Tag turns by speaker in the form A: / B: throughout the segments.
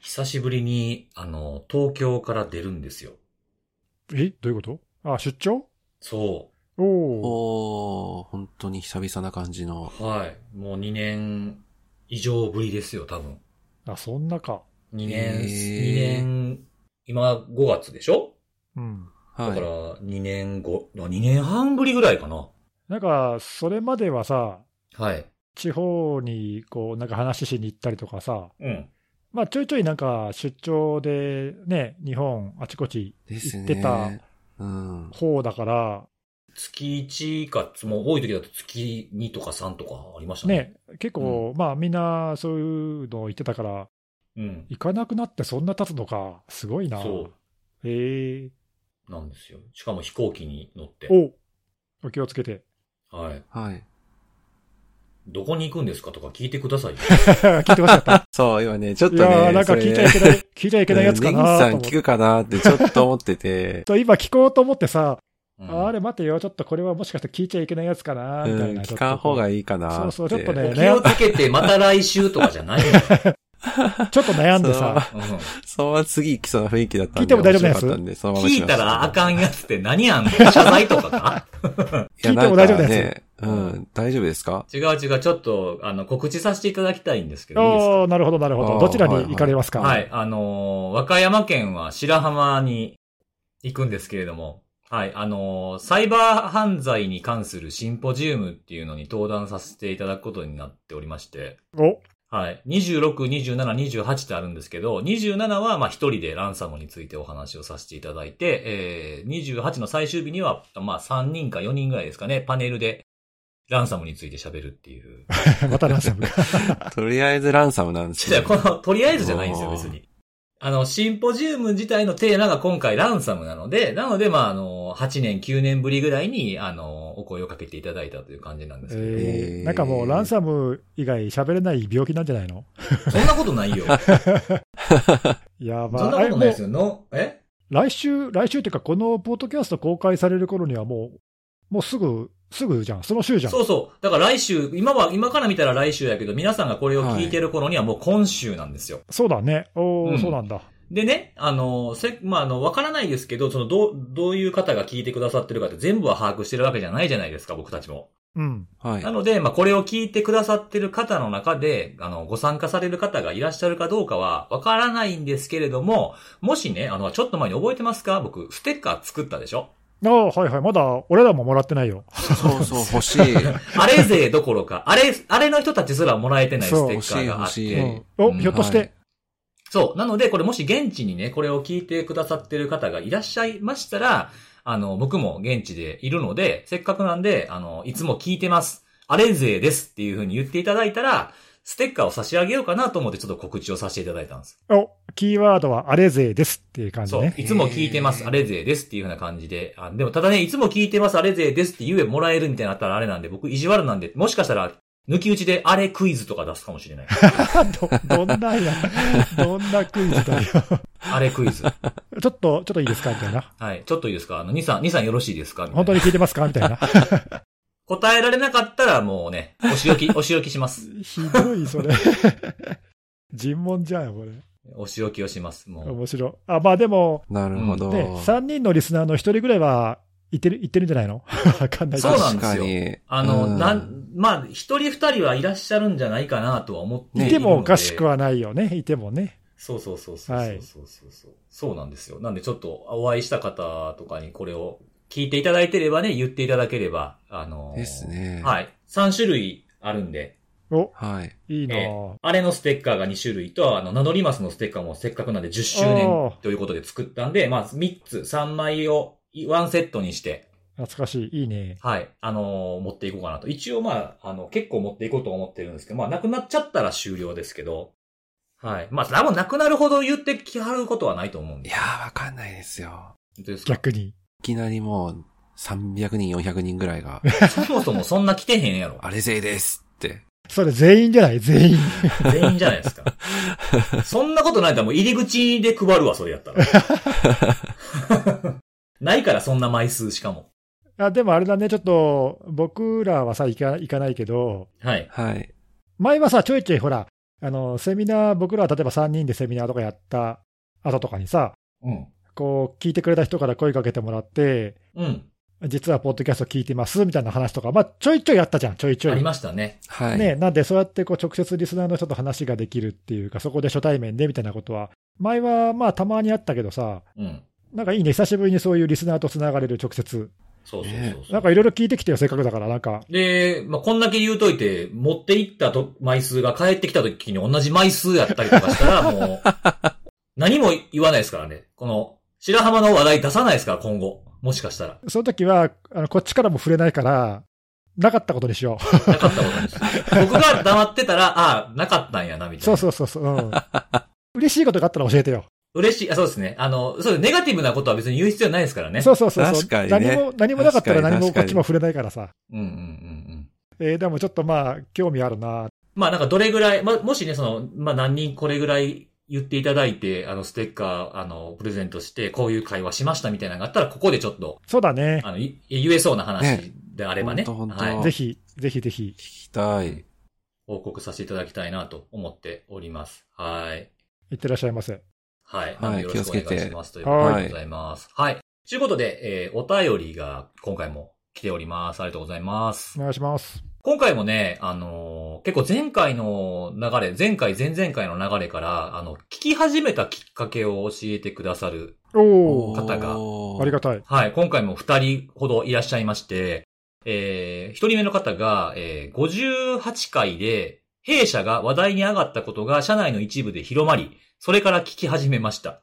A: 久しぶりに、あの、東京から出るんですよ。
B: えどういうことあ、出張
A: そ
B: おお。
C: おー、本当に久々な感じの。
A: う。はい。もう2年以上ぶりですよ、多分。
B: あ、そんなか。
A: 2
C: へ
A: 年、
C: ー
A: 二年、今5月でしょ
B: うん。
A: だ
C: は
A: か
C: い。
A: ら、2年後、2年半ぶりぐらいかな。
B: なんか、それまではさ、
A: はい。
B: 地方に、こう、なんか話しに行ったりとかさ、
A: うん。
B: まあ、ちょいちょいなんか、出張でね、日本、あちこち
C: です
B: 行
C: ね。
B: ってた
C: うん。
B: 方だから、
A: 月1か、もう多い時だと月2とか3とかありましたね。
B: ね、結構、まあ、みんな、そういうのを言ってたから、
A: うん。
B: 行かなくなってそんな経つのか、すごいな。
A: そ
B: ええ
A: う。なんですよ。しかも飛行機に乗って。
B: おお気をつけて。
A: はい。
C: はい。
A: どこに行くんですかとか聞いてくださいよ。
B: 聞いてました。
C: そう、今 ね、ちょっと
B: い
C: ね。
B: やーなんか聞いちゃいけない、聞いちゃいけないやつかな
C: ネ
B: と
C: ギ
B: 思っ
C: さん
B: て。。
C: 聞くかなってちょっと思ってて
B: と今聞こうと思ってさ、
A: うん
B: あれ待てよ、ちょっとこれはもしかして聞いちゃいけないやつかな
C: う
B: みたい
C: ん、
B: な。
C: 聞かん方が
B: いい。
C: いいかなって。
B: そうそうちょっとね
A: お気をつけて、また来週とかじゃないの。
B: ちょっと悩んでさ、
A: う
C: そのまま次行きそうな雰囲気だったんで。
B: 聞いても大丈夫なやつ
C: 面白かったんでその
A: ん
C: まま
A: 聞いたらあ
C: ん。
A: かんやつって何やんの謝罪とかか
C: や
B: 聞いても大丈夫なやつ
C: んかねうん、大丈夫ですか
A: 違う違う、ちょっと、あの、告知させていただきたいんですけど、いいです
B: おー、なるほど、なるほ
C: あ
B: ど。
C: ー
B: どちらに行かれますか
A: かはい、あのー和歌山県は白浜に行くんですけれども、はい、あのーサイバー犯罪に関するシンポジウムっていうのに登壇させていただくことになっておりまして、
B: お、
A: はい。26、27、28ってあるんですけど、27は、まあ、一人でランサムについてお話をさせていただいて、えー、28の最終日には、まあ、3人か4人ぐらいですかね、パネルで、ランサムについて喋るって いう。
B: またラン サムか。
C: とりあえずランサムなんです
A: じゃ
C: ね
A: あ、この、とりあえずじゃないんですよ、
C: おー
A: 別に。あの、シンポジウム自体のテーマが今回ランサムなので、なので、まあ、あの、8年、9年ぶりぐらいに、あの、お声をかけていただいたという感じなんですけど、
B: え
C: え
B: ー
C: ー
B: なんかもうランサム以外喋れない病気なんじゃないの
A: そんなことないよ。
B: やばい。
A: そんなことないです
B: あれも
A: よ。の、え
B: う来週、来週っていうか、このポッドキャスト公開される頃にはもう、もうすぐ、すぐじゃん。その週じゃん。
A: そうそう。だから来週、今は、今から見たら来週やけど、皆さんがこれを聞いてる頃にはもう今週なんですよ。
B: そうだね。おー、
A: うん
B: そうなんだ。
A: でね、あの、せ、まあ、あの、わからないですけど、その、どう、どういう方が聞いてくださってるかって全部は把握してるわけじゃないじゃないですか、僕たちも。
B: うん。
C: はい
A: な。ので、まあ、これを聞いてくださってる方の中で、あの、ご参加される方がいらっしゃるかどうかは、わからないんですけれども、もしね、あの、ちょっと前に覚えてますか僕、ステッカー作ったでしょ
B: ああ、はいはい。まだ、俺らももらってないよ。
C: そうそう、欲しい。
A: あれ勢どころか、あれ、あれの人たちすらもらえてないステッカーがあっ
C: そう欲し
A: て
C: い欲しい、え
B: うんお、
A: うん
B: ひょっとして、
C: はい
A: そう。なので、これもし現地にね、これを聞いてくださってる方がいらっしゃいましたら、あの、僕も現地でいるので、せっかくなんで、あの、いつも聞いてます。アレンゼですっていう風に言っていただいたら、ステッカーを差し上げようかなと思ってちょっと告知をさせていただいたんです。
B: お、キーワードはアレ勢ですっていう感じ
A: そう。
B: ね。
A: いつも聞いてます、アレゼですっていう風な感じで。あでも、ただね、いつも聞いてます、アレゼですって言えもらえるみたいになったらあれなんで、僕意地悪なんで、もしかしたら、抜き打ちであれクイズとか出すかもしれない。
B: ど、 どん なや、どんなクイズだよ。
A: あれクイズ。
B: ちょっと、ちょっといいですかみたいな。
A: はい。ちょっといいですかあの、2、3、2、3よろしいですかみたいな
B: 本当に聞いてますかみたいな。
A: 答えられなかったらもうね、お仕 置き、お仕置きします。
B: ひどい、それ。尋問じゃん、これ。
A: お仕置きをします。もう。
B: 面白い。あ、まあでも、
C: なるほど。
B: ね、3人のリスナーの1人ぐらいは、言ってる、言ってるんじゃないの わかんないけど
A: そうなんですよ
C: 確かに
A: あの、
C: うん
A: なん、まあ、一人二人はいらっしゃるんじゃないかなとは思ってい
B: い
A: るので。
B: てもおかしくはないよね。いてもね。
A: そうそうそうそう
B: は
A: そう
B: い
A: そうそうそう。そうなんですよ。なんでちょっとお会いした方とかにこれを聞いていただいてればね、言っていただければ、あのー
C: ですね
A: はい。3種類あるんで、
B: お、
C: はい。
B: いいな
A: え
B: ぁ
A: あれのステッカーが2種類と、あの、名乗りますのステッカーもせっかくなんで10周年ということで作ったんで、まあ、3つ、3枚を1セットにして、
B: 懐かしい。いいね。
A: はい。あのー持っていこうかなと。一応まあ、あの、結構持っていこうと思ってるんですけど、まあ、なくなっちゃったら終了ですけど、はい。まあ、多分なくなるほど言ってきはることはないと思うん
C: い
A: で。
C: やー、わかんないですよ。
A: 本当ですか
B: 逆に。
C: いきなりもう、300人、400人ぐらい が、
A: そもそもそんな来てへんやろ。
C: あれ勢ですって。
B: それ全員じゃない全員。
A: 全員じゃないですか。そんなことないともう入り口で配るわ、それやったら。 ないから、そんな枚数しかも。
B: あでもあれだね、ちょっと、僕らはさ、行か行かないけど、
A: はい。
C: はい。
B: 前はさ、ちょいちょいほら、あの、セミナー、僕ら例えば3人でセミナーとかやった後とかにさ、
A: うん。
B: こう、聞いてくれた人から声かけてもらって、
A: うん。
B: 実はポッドキャスト聞いてますみたいな話とか、まあ、ちょいちょいやったじゃん、ちょいちょ
A: あり
B: い。
A: ましたね。
C: はい。
B: ね、なんで、そうやってこう直接リスナーの人と話ができるっていうか、そこで初対面でみたいなことは、前はまあたまにあったけどさ、
A: うん。
B: なんかいいね、久しぶりにそういうリスナーとつながれる直接、
A: そうそう
C: ね
A: そうそう。
B: なんかいろいろ聞いてきてよ、せっかくだから、なんか、
A: で、まあ、こんだけ言うといて、持って行ったと枚数が帰ってきた時に同じ枚数やったりとかしたら、 もう、何も言わないですからね。この、白浜の話題出さないですから、今後。もしかしたら。
B: その時はあのこっちからも触れないから、なかったことにしよ
A: なかったことにして。僕が黙ってたら、ああ、なかったんやな、み
B: う。
A: たい
B: そ
A: な
B: う。そうそうそう、うん。 嬉しいことがあったら教えてよ。
A: 嬉しい。あ、そうですね。あの、そうですネガティブなことは別に言う必要ないですからね。
B: そうそうそうそう。
C: 確かにね
B: 何も、何もなかったら
C: 確か
B: 何も
C: に確
B: こ
C: かに
B: っちも触れないからさ。
A: うんうんうんうん。
B: えーでもちょっとまあ、興味あるな。
A: まあなんかどれぐらい、ま、もしね、その、まあ何人これぐらい言っていただいて、あの、ステッカー、あの、プレゼントして、こういう会話しましたみたいなのがあったら、ここでちょっと、
B: そうだね。
A: あの、い言えそうな話
C: ね
A: であればね、
C: ほんとほんと
A: はい、
B: ぜひ、ぜひぜひ
C: 聞。きたい。
A: 報告させていただきたいなと思っております。はい。
B: いってらっしゃいませ。
A: はい。
C: はい
A: よろしくお願いします。という
B: 気
A: こ
B: をつけて
A: とでございます。はい。ということで、えーお便りが今回も来ております。ありがとうございます
B: お。願いします。
A: 今回もね、あのー結構前回の流れ、前回、前々回の流れから、あの、聞き始めたきっかけを教えてくださる。
B: おお、
A: 方が
B: ありがたい。
A: はい、今回も二人ほどいらっしゃいまして、えー、一人目の方が、えー、58回で、弊社が話題に上がったことが社内の一部で広まり、それから聞き始めました。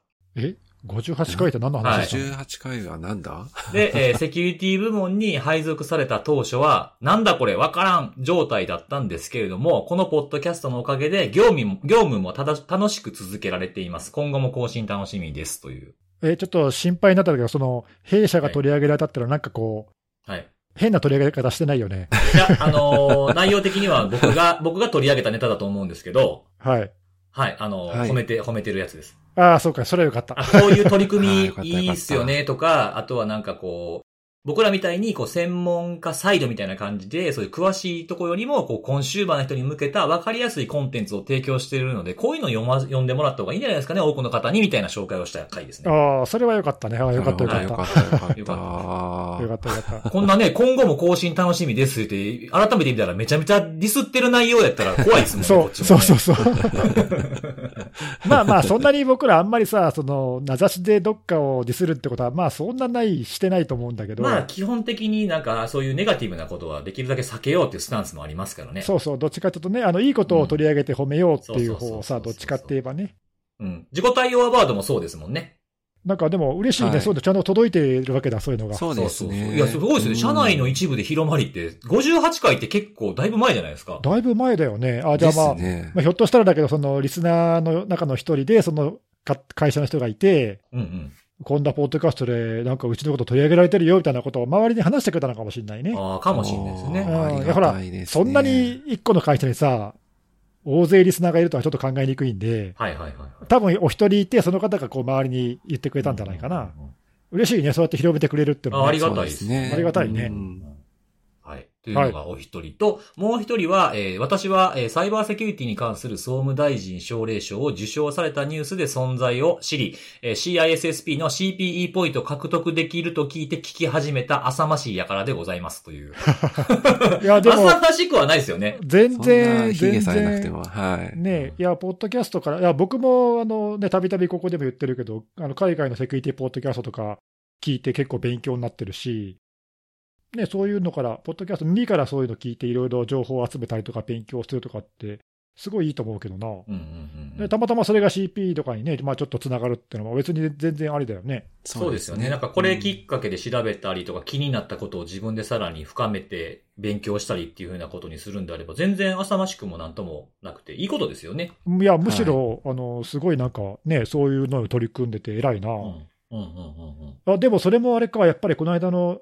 B: 58回って何の話でしたの、
C: 18回はなんだ
A: で、えーセキュリティ部門に配属された当初は、なんだこれわからん状態だったんですけれども、このポッドキャストのおかげで業務も、業務もただ楽しく続けられています。今後も更新楽しみです。という。
B: えーちょっと心配になったけど、その、弊社が取り上げられたってのはなんかこう、
A: はい。
B: 変な取り上げ方してないよ ね。
A: いや、あのー内容的には僕が、僕が取り上げたネタだと思うんですけど、
B: はい。
A: はい、あのー
C: はい
A: 褒めて、褒めてるやつです。
B: ああ、そうか、それはよかった。
A: あ、こういう取り 組
C: あー
A: み
C: よかった
A: いいっすよねとか、あとはなんかこう、僕らみたいにこう専門家サイドみたいな感じで、そういう詳しいとこよりも、こうコンシューバーの人に向けた分かりやすいコンテンツを提供しているので、こういうのを読ま、読んでもらった方がいいんじゃないですかね、多くの方にみたいな紹介をした回ですね。
B: ああ、それはよかったね。ああ、よかったよかっ
C: よ
B: た。
C: か
B: よ
C: ったよかった。
A: よか
B: かったよかった。
A: こんなね、今後も更新楽しみですって、改めて見たらめちゃめちゃディスってる内容やったら怖い ですもんね。こ
B: そ
A: っ
B: う、
A: ちもね
B: そうそ うそう。まあまあ、そんなに僕らあんまりさ、その、名指しでどっかをディスるってことは、まあそんなない、してないと思うんだけど、
A: まあ、基本的になんか、そういうネガティブなことはできるだけ避けようっていうスタンスもありますからね。
B: そうそう、どっちかというとね、あの、いいことを取り上げて褒めようっていう
A: うんそうそう
B: 方を
A: そ
B: さ、
A: うそ
B: ど
A: う
B: っちかって言えばね。
A: うん。自己対応アワードもそうですもんね。
B: なんかでも嬉しいね、
C: はい
B: そういうのちゃんと届いてるわけだ、そういうのが。
C: そうです
A: そうそうそ
C: ね。
A: ういや、すごいですね。社内の
C: 一
A: 一部で広まりって、58回って結構だいぶ前じゃないですか。
B: だいぶ前だよね。あ、
C: 部
B: じゃあまあ、
C: ね
B: まあ、ひょっとしたらだけど、そのリスナーの中の一人で、そのか会社の人がいて、
A: うんうん。
B: こんなポッドキャストで、なんかうちのこと取り上げられてるよみたいなことを周りに話してくれたのかもしれないね。
A: ああ、かもしれないです
C: あ
A: ね。
C: ー
B: うん
C: ありがたいですね
B: そんなに一個の会社にさ、大勢リスナーがいるとはちょっと考えにくいんで、
A: はいはいはい。
B: 多分お一人いて、その方がこう周りに言ってくれたんじゃないかな。。嬉しいね、そうやって広めてくれるっていうの
A: あ
B: は、
A: ありがたい
C: そうですね。
B: ありがたいね
C: うん
A: はい。というのがお一人と、もう一人は、えー私は、えーサイバーセキュリティに関する総務大臣奨励賞を受賞されたニュースで存在を知り、えー CISSP の CPE ポイントを獲得できると聞いて聞き始めた浅ましいやからでございますという。
B: いや、でも、
A: 浅ましくはないですよね。
B: 全
C: そんな
B: 然、
C: 卑
B: 全
C: 下されなくて
B: 然。
C: も、はい。
B: ねいや、ポッドキャストから、いや、僕も、あの、ね、たびたびここでも言ってるけど、あの、海外のセキュリティポッドキャストとか聞いて結構勉強になってるし、ね、そういうのから、ポッドキャスト、耳からそういうの聞いていろいろ情報を集めたりとか勉強するとかって、すごいいいと思うけどな。
A: うんうんうんうん
B: でたまたまそれが CP とかにね、まあちょっとつながるっていうのは別に全然ありだよね。
A: そうですよね。なんかこれきっかけで調べたりとか気になったことを自分でさらに深めて勉強したりっていうふうなことにするんであれば、全然浅ましくもなんともなくていいことですよね。
B: いや、むしろ、あの、すごいなんかね、そういうのに取り組んでて偉いな。
A: うん。うんうんうんうん。
B: あでもそれもあれか、やっぱりこの間の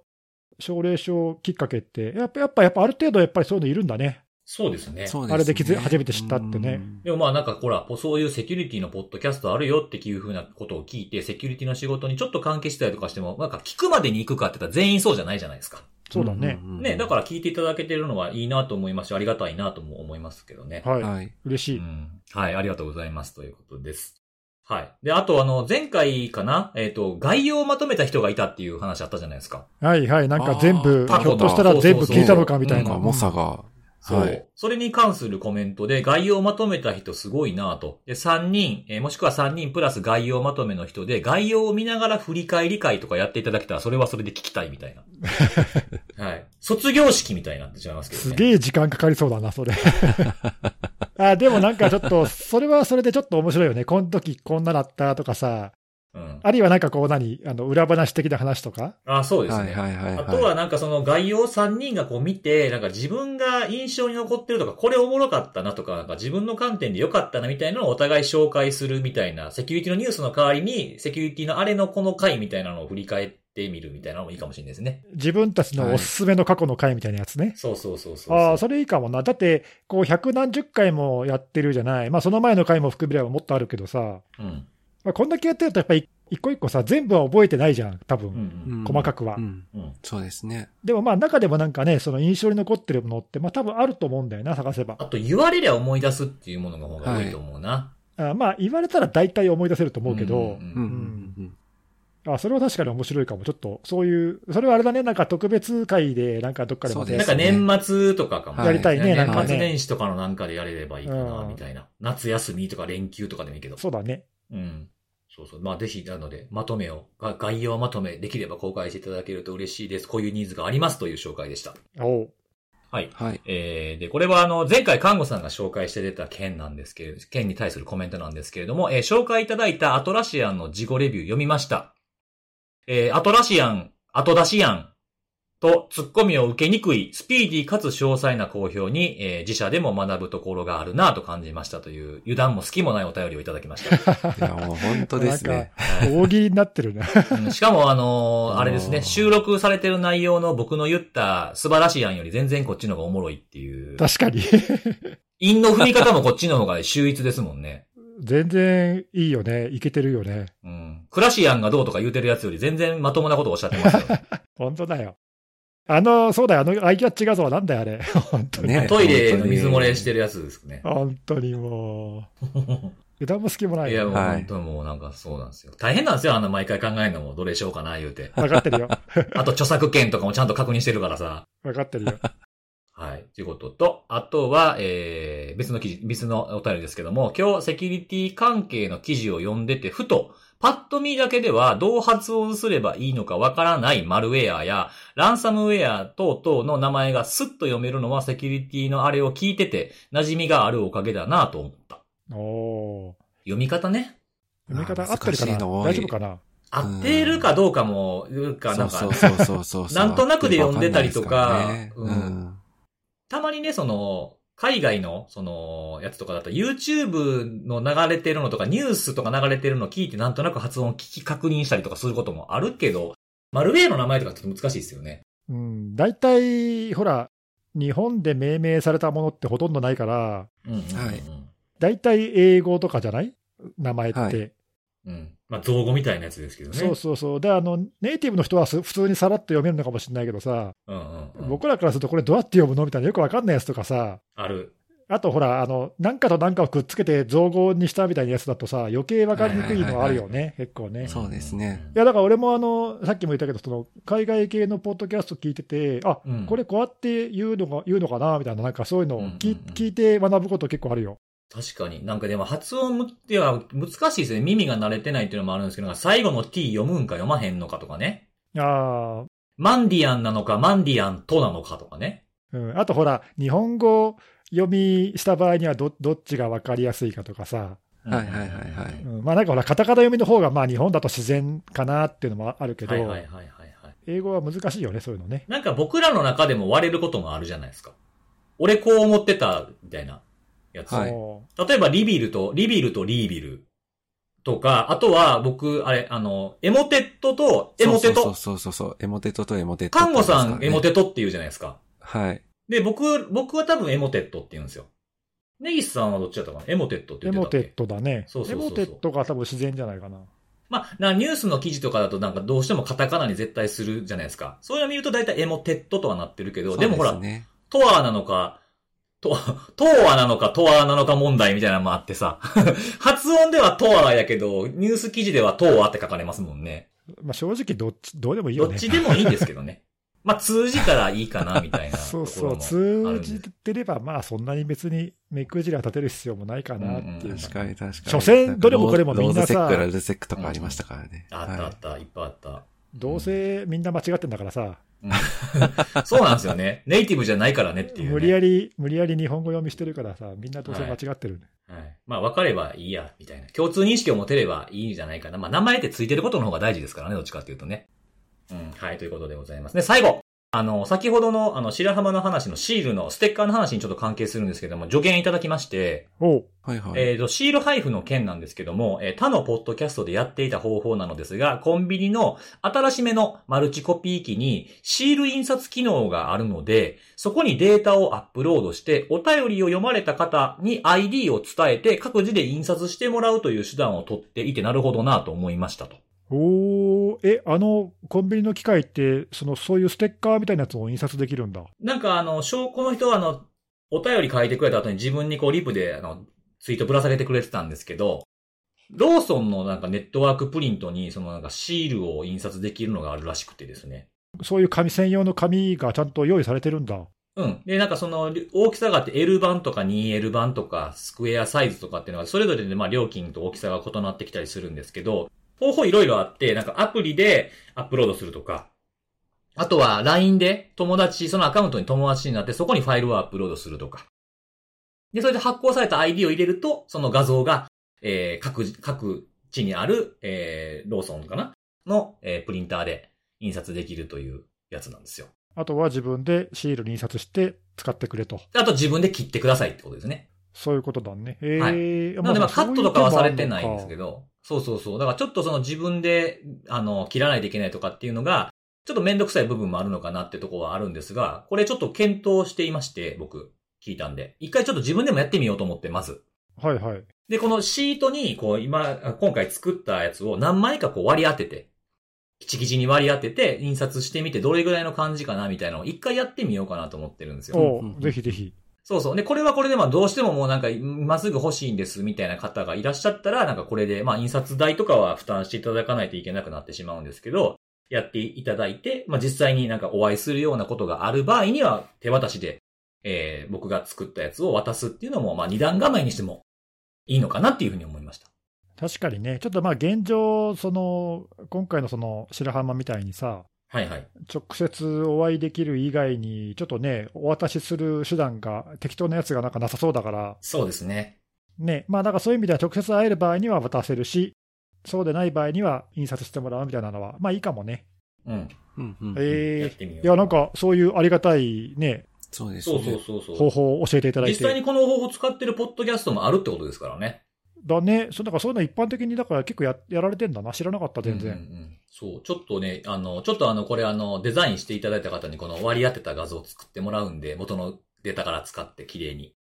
B: 奨励賞きっかけって、やっぱ、やっぱ、やっぱある程度、やっぱりそういうのいるんだね。
A: そうですね。
C: そうすね
B: あれで気づ初めて知ったってね
C: うん
A: でもまあなんかほら、ぽそういうセキュリティのポッドキャストあるよっていうふうなことを聞いて、セキュリティの仕事にちょっと関係してたりとかしても、なんか聞くまでに行くかって言ったら全員そうじゃないじゃないですか。
B: そうだね。
C: んんん
A: ね、だから聞いていただけてるのはいいなと思いますし、ありがたいなとも思いますけどね。
B: はい。
C: はい。
B: 嬉し
A: う
B: い。
A: ん。はい、ありがとうございますということです。はい。で、あと、あの、前回かなえっ、と、概要をまとめた人がいたっていう話あったじゃないですか。
B: はいはい。なんか全部、
A: あー
B: ひょっとしたら全部聞いたのかみた
C: ないんか、
B: な。
C: 猛者が、
A: そう、
C: はい
A: それに関するコメントで、概要をまとめた人すごいなぁと。で、3人、えーもしくは3人プラス概要まとめの人で、概要を見ながら振り返り会とかやっていただけたら、それはそれで聞きたいみたい な。はい。卒業式みたいになってしまいますけど、ね。
B: すげえ時間かかりそうだな、 それ。あでもなんかちょっと、それはそれでちょっと面白いよね。この時こんなだったとかさ、
A: うん。
B: あるいはなんかこう何、あの裏話的な話とか。
A: あ、そうですね。
C: はいはいはい、はい。
A: あとはなんかその概要3人がこう見て、なんか自分が印象に残ってるとか、これおもろかったなとか、なんか自分の観点で良かったなみたいなのをお互い紹介するみたいな、セキュリティのニュースの代わりに、セキュリティのあれのこの回みたいなのを振り返ってみるみたいなのもいいかもしれないですね。
B: 自分たちのおすすめの過去の回みたいなやつね。
A: そうそうそうそう
B: ああ、それいいかもな。だって、こう、百何十回もやってるじゃない。まあ、その前の回も含めればもっとあるけどさ、
A: うん。うん
B: まあ、こんだけやってると、やっぱり一個一個さ、全部は覚えてないじゃん、多
A: うん。
B: 分、細かくは。
C: うん。
A: うん。
C: そうですね。
B: でもまあ、中でもなんかね、その印象に残ってるものって、まあ、多分あると思うんだよな、探せば。
A: あと言われりゃ思い出すっていうものの方が多いと思うな。
B: あまあ、言われたら大体思い出せると思うけど、
A: んん
C: うんんうん
B: あそれは確かに面白いかも。ちょっと、そういう、それはあれだね、なんか特別会で、なんかどっかでま
C: そう
B: で
A: な
C: で
A: ん
C: す
A: か年末とかかもしれな
B: やりたいね
A: ね
B: なん
C: か
A: 年
C: ね
A: 末年始とかのなんかでやれればいいかな、
B: うん
A: みたいな。夏休みとか連休とかでもいいけど。
B: そうだね。
A: うん。そうそう。まあ、ぜひ、なので、まとめを、が概要まとめ、できれば公開していただけると嬉しいです。こういうニーズがありますという紹介でした。
B: おう
A: はい。
C: はい。
A: えー、で、これはあの、前回看護さんが紹介して出た件なんですけれど、件に対するコメントなんですけれども、えー紹介いただいたアトラシアンの自己レビュー読みました。えー、アトラシアン、アトダシアンとツッコミを受けにくい、スピーディーかつ詳細な好評に、えー自社でも学ぶところがあるなぁと感じましたという、油断も隙もないお便りをいただきました。
C: いや、もう本当ですね。
B: 大喜利になってるね。
A: うんしかも、あのー
C: あー
A: あれですね、収録されてる内容の僕の言った素晴らしい案より全然こっちの方がおもろいっていう。
B: 確かに。
A: 陰の踏み方もこっちの方が秀逸ですもんね。
B: 全然いいよね。いけてるよね。
A: うん。クラシアンがどうとか言うてるやつより全然まともなことおっしゃってますよ。
B: 本当だよ。あの、そうだよ、あのアイキャッチ画像はなんだよ、あ れ。本当に。
C: ね
A: トイレの水漏れしてるやつですね。
B: 本当にもう。油断も隙もない
A: いや、
B: よ。
A: もう
C: はい
A: 本当にもうなんかそうなんですよ。大変なんですよ、あの毎回考えるのもどれしようかな言うて。
B: 分かってるよ。
A: あと著作権とかもちゃんと確認してるからさ。
B: 分かってるよ。
A: はい。ということと、あとは、えー、別の記事、別のお便りですけども、今日セキュリティ関係の記事を読んでて、ふと、パッと見だけではどう発音すればいいのかわからないマルウェアや、ランサムウェア等々の名前がスッと読めるのはセキュリティのあれを聞いてて、馴染みがあるおかげだなと思った。
B: おー。
A: 読み方ね。
B: 読み方
C: あー
B: 合ってるかな
C: 難しいの多い
B: 大丈夫かな
A: 合ってるかどうかも、いうか、なんか、
C: そうそうそうそうそう。
A: なんとなくで読んでたりとか
C: 合ってるわかんないですからね
A: たまにね、その、海外の、その、やつとかだと、YouTube の流れてるのとか、ニュースとか流れてるの聞いて、なんとなく発音を聞き確認したりとかすることもあるけど、マルウェイの名前とかちょっと難しいですよね。
B: うん。大体、ほら、日本で命名されたものってほとんどないから、
A: うんうんうんうん、
C: はい
B: 大体英語とかじゃない名前って。
C: は
A: うん。まあ、造語みたいなやつですけどね。
B: そうそうそう。で、あの、ネイティブの人はす普通にさらっと読めるのかもしれないけどさ、
A: うんうんうん、
B: 僕らからするとこれどうやって読むのみたいなよく分かんないやつとかさ、
A: ある。
B: あとほら、あの、なんかとなんかをくっつけて造語にしたみたいなやつだとさ、余計わかりにくいのはあるよね、結構ね。い
C: そうですね
A: うん
B: や、だから俺もあの、さっきも言ったけど、その、海外系のポッドキャスト聞いてて、あ、
A: うん
B: これこうやって言うのが、言うのかな、みたいな、なんかそういうのを聞,、
A: うんうんうん
B: 聞いて学ぶこと結構あるよ。
A: 確かに。なんかでも発音っては難しいですね。耳が慣れてないっていうのもあるんですけど、なんか最後の t 読むんか読まへんのかとかね。
B: あ
A: マンディアンなのか、マンディアンとなのかとかね。
B: ーうん。あとほら、日本語読みした場合にはど、どっちがわかりやすいかとかさ、
C: はいはいはいはい
B: うん、まあなんかほら、カタカナ読みの方が、まあ日本だと自然かなっていうのもあるけど、
A: はいはいはいはいはい。
B: 英語は難しいよね、そういうのね。
A: なんか僕らの中でも割れることもあるじゃないですか。俺こう思ってた、みたいなやつ。
C: はい
B: そ
A: 例えばリビルと、リビルとリービルとか、あとは僕、あれ、あの、エモテットとエモテ
C: そう
A: ト。
C: そうそうそうそう。エモテトとエモテト。
A: 看護さん、エモ
C: ト。
A: テトって言うじゃないですか。
C: はい。
A: で、僕、僕は多分エモテットって言うんですよ。ネギスさんはどっちだったかなエモテットって
B: う。エ
A: 言ってた
B: モ
A: っけ
B: テットだね。
A: そうそうそうそう
B: エモテットが多分自然じゃないかな。
A: まあ、なニュースの記事とかだとなんかどうしてもカタカナに絶対するじゃないですか。そういうの見ると大体エモテッドとはなってるけど、でもほ
C: そ
A: ら
C: う、ですね
A: トアなのか、ト、トアなのかトアなのか問題みたいなのもあってさ。 発音ではトアやけど、ニュース記事ではトアって書かれますもんね。
B: まあ、正直どっち、どうでもいいよ
A: ど
B: ね。
A: っちでもいいんですけど ね。まあ通じたらいいかな、みたいなところ
B: そう
A: も。
B: そう、
A: ある
B: 通
A: んで
B: じてれば、まあそんなに別に目くじら立てる必要もないかなっていう。
A: うんうん
C: 確かに確かに。
B: 所詮どれもこれもみんなさ
C: ローズセック、ラルセックとかありましたからね。
A: あったあ
C: は
A: った、いっぱいあった。
B: どうせみんな間違ってんだからさ、
A: そうなんですよね。ネイティブじゃないからねっていう、ね。
B: 無理やり、無理やり日本語読みしてるからさ、みんなどうせ間違ってる、ね
A: はい。まあ分かればいいや、みたいな。共通認識を持てればいいんじゃないかな。まあ名前ってついてることの方が大事ですからね、どっちかっていうとね。うん、はい、ということでございます。で、最後あの、先ほどの、あの、白浜の話のシールの、ステッカーの話にちょっと関係するんですけども、助言いただきまして、
B: おう
C: いはいはい。
A: えっ、と、シール配布の件なんですけども、えー他のポッドキャストでやっていた方法なのですが、コンビニの新しめのマルチコピー機にシール印刷機能があるので、そこにデータをアップロードして、お便りを読まれた方に ID を伝えて、各自で印刷してもらうという手段を取っていて、なるほどなと思いましたと。
B: おーえ、あのコンビニの機械って、そのそういうステッカーみたいなやつを印刷できるんだ。
A: なんかあの、証拠の人はあの、お便り書いてくれた後に自分にこうリプであの、ツイートぶら下げてくれてたんですけど、ローソンのなんかネットワークプリントにそのなんかシールを印刷できるのがあるらしくてですね。
B: そういう紙専用の紙がちゃんと用意されてるんだ。
A: うん。で、なんかその大きさがあって L 版とか 2L 版とかスクエアサイズとかっていうのがそれぞれでまあ料金と大きさが異なってきたりするんですけど、方法いろいろあって、なんかアプリでアップロードするとか、あとは LINE で友達、そのアカウントに友達になってそこにファイルをアップロードするとか。で、それで発行された ID を入れると、その画像が、えー各、各地にある、えーローソンかなの、えープリンターで印刷できるというやつなんですよ。
B: あとは自分でシールに印刷して使ってくれと。
A: あと自分で切ってくださいってことですね。
B: そういうことだね。え
A: はい
B: ー
A: なので、まあ、カットとかはされてないんですけ
B: ど。
A: ど、そうそうそう。だから、ちょっとその自分で、あの、切らないといけないとかっていうのが、ちょっとめんどくさい部分もあるのかなってとこはあるんですが、これちょっと検討していまして、僕、聞いたんで。一回ちょっと自分でもやってみようと思ってます。
B: はいはい。
A: で、このシートに、こう、今、今回作ったやつを何枚かこう割り当てて、キチキチに割り当てて、印刷してみて、どれぐらいの感じかな、みたいなのを一回やってみようかなと思ってるんですよ。
B: おう
C: うんうん
B: ぜひぜひ。
A: そうそう。で、これはこれで、まあ、どうしてももうなんか、今すぐ欲しいんです、みたいな方がいらっしゃったら、なんかこれで、まあ、印刷代とかは負担していただかないといけなくなってしまうんですけど、やっていただいて、まあ、実際になんかお会いするようなことがある場合には、手渡しで、えー、僕が作ったやつを渡すっていうのも、まあ、二段構えにしてもいいのかなっていうふうに思いました。
B: 確かにね、ちょっとまあ現状、その今回のその白浜みたいにさ、
A: はいはい。
B: 直接お会いできる以外に、ちょっとね、お渡しする手段が適当なやつがなんかなさそうだから、
A: そうですね。
B: ね、まあなんかそういう意味では直接会える場合には渡せるし、そうでない場合には印刷してもらうみたいなのは、まあいいかもね。
A: うん。
C: うんうんう
A: や
C: ん
A: っ
B: え
A: てみよう。
B: ー、いや、なん、かそういうありがたいね、
C: そうです
A: そ
C: ね。
A: うそうそうそう。
B: 方法を教えていただい
A: 実際
B: て。
A: にこの方法を使ってるポッドキャストもあるってことですからね。
B: だね、そうだからそういうの一般的にだから結構ややられてんだな、知らなかった、全然。
A: うんうんうんそう。ちょっとね、あの、ちょっとあの、これあの、デザインしていただいた方にこの割り当てた画像を作ってもらうんで、元のデータから使って綺麗に。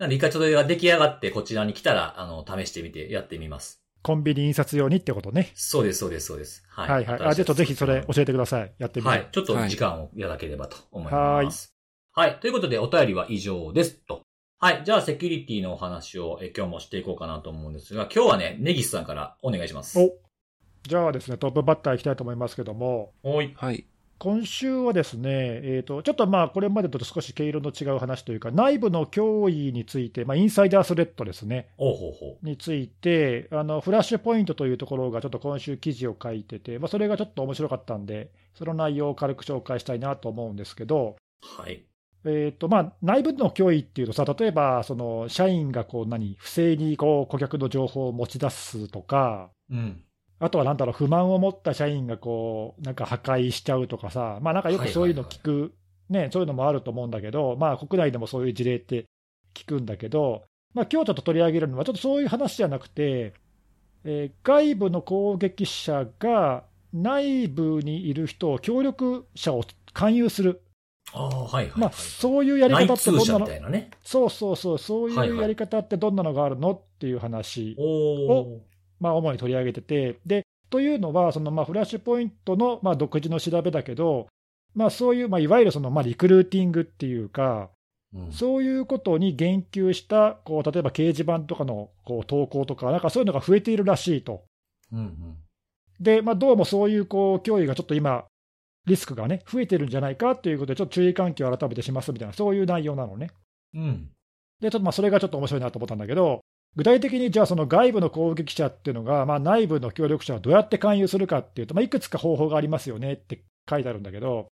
A: なんで一回ちょっとが出来上がってこちらに来たら、あの、試してみてやってみます。
B: コンビニ印刷用にってことね。
A: そうです、そうです、そうです。はい。
B: はいはい。あ、ちょっとぜひそれ教えてください。やってみて。
A: はい。ちょっと時間をいただければと思います。はい。ということで、お便りは以上ですと。はい。じゃあ、セキュリティのお話をえ今日もしていこうかなと思うんですが、今日はね、ネギスさんからお願いします。
B: おじゃあですね、トップバッターいきたいと思いますけども、
A: おい。
C: はい。
B: 今週はですね、えー、とちょっとまあこれまでと少し毛色の違う話というか、内部の脅威について、まあ、インサイダースレッドですね、
A: おうほうほ
B: について、あのフラッシュポイントというところがちょっと今週記事を書いてて、まあ、それがちょっと面白かったんで、その内容を軽く紹介したいなと思うんですけど、
A: う。はい。
B: えーとまあ、内部の脅威っていうとさ、例えばその社員がこう何不正にこう顧客の情報を持ち出すとか、
A: うん。
B: あとはなんだろう、不満を持った社員がこう、なんか破壊しちゃうとかさ、まあなんかよくそういうの聞く、ね、そういうのもあると思うんだけど、まあ国内でもそういう事例って聞くんだけど、まあ今日ちょっと取り上げるのは、ちょっとそういう話じゃなくて、えー外部の攻撃者が内部にいる人を、協力者を勧誘する、
A: ああ、はいはい、はい。
B: まあそういうやり
A: 内
B: 方って
A: 通
B: どん
A: 者
B: な
A: み
B: の
A: た、いなね。
B: そうそうそう、
A: は
B: そう
A: い
B: い
A: は
B: う
A: い
B: やり方ってどんなのがあるのっていう話
A: おお
B: まあ、主に取り上げてて、でというのは、そのまあフラッシュポイントのまあ独自の調べだけど、まあ、そういう、まあ、いわゆるそのまあリクルーティングっていうか、
C: うん
B: そういうことに言及した、こう例えば掲示板とかのこう投稿とか、なんかそういうのが増えているらしいと。
A: うんうん。
B: で、まあ、どうもそういうこう脅威がちょっと今、リスクがね、増えてるんじゃないかということで、ちょっと注意喚起を改めてしますみたいな、そういう内容なのね。
A: うん。
B: で、ちょっとまあそれがちょっと面白いなと思ったんだけど、具体的にじゃあ、その外部の攻撃者っていうのが、まあ、内部の協力者をどうやって勧誘するかっていうと、まあ、いくつか方法がありますよねって書いてあるんだけど、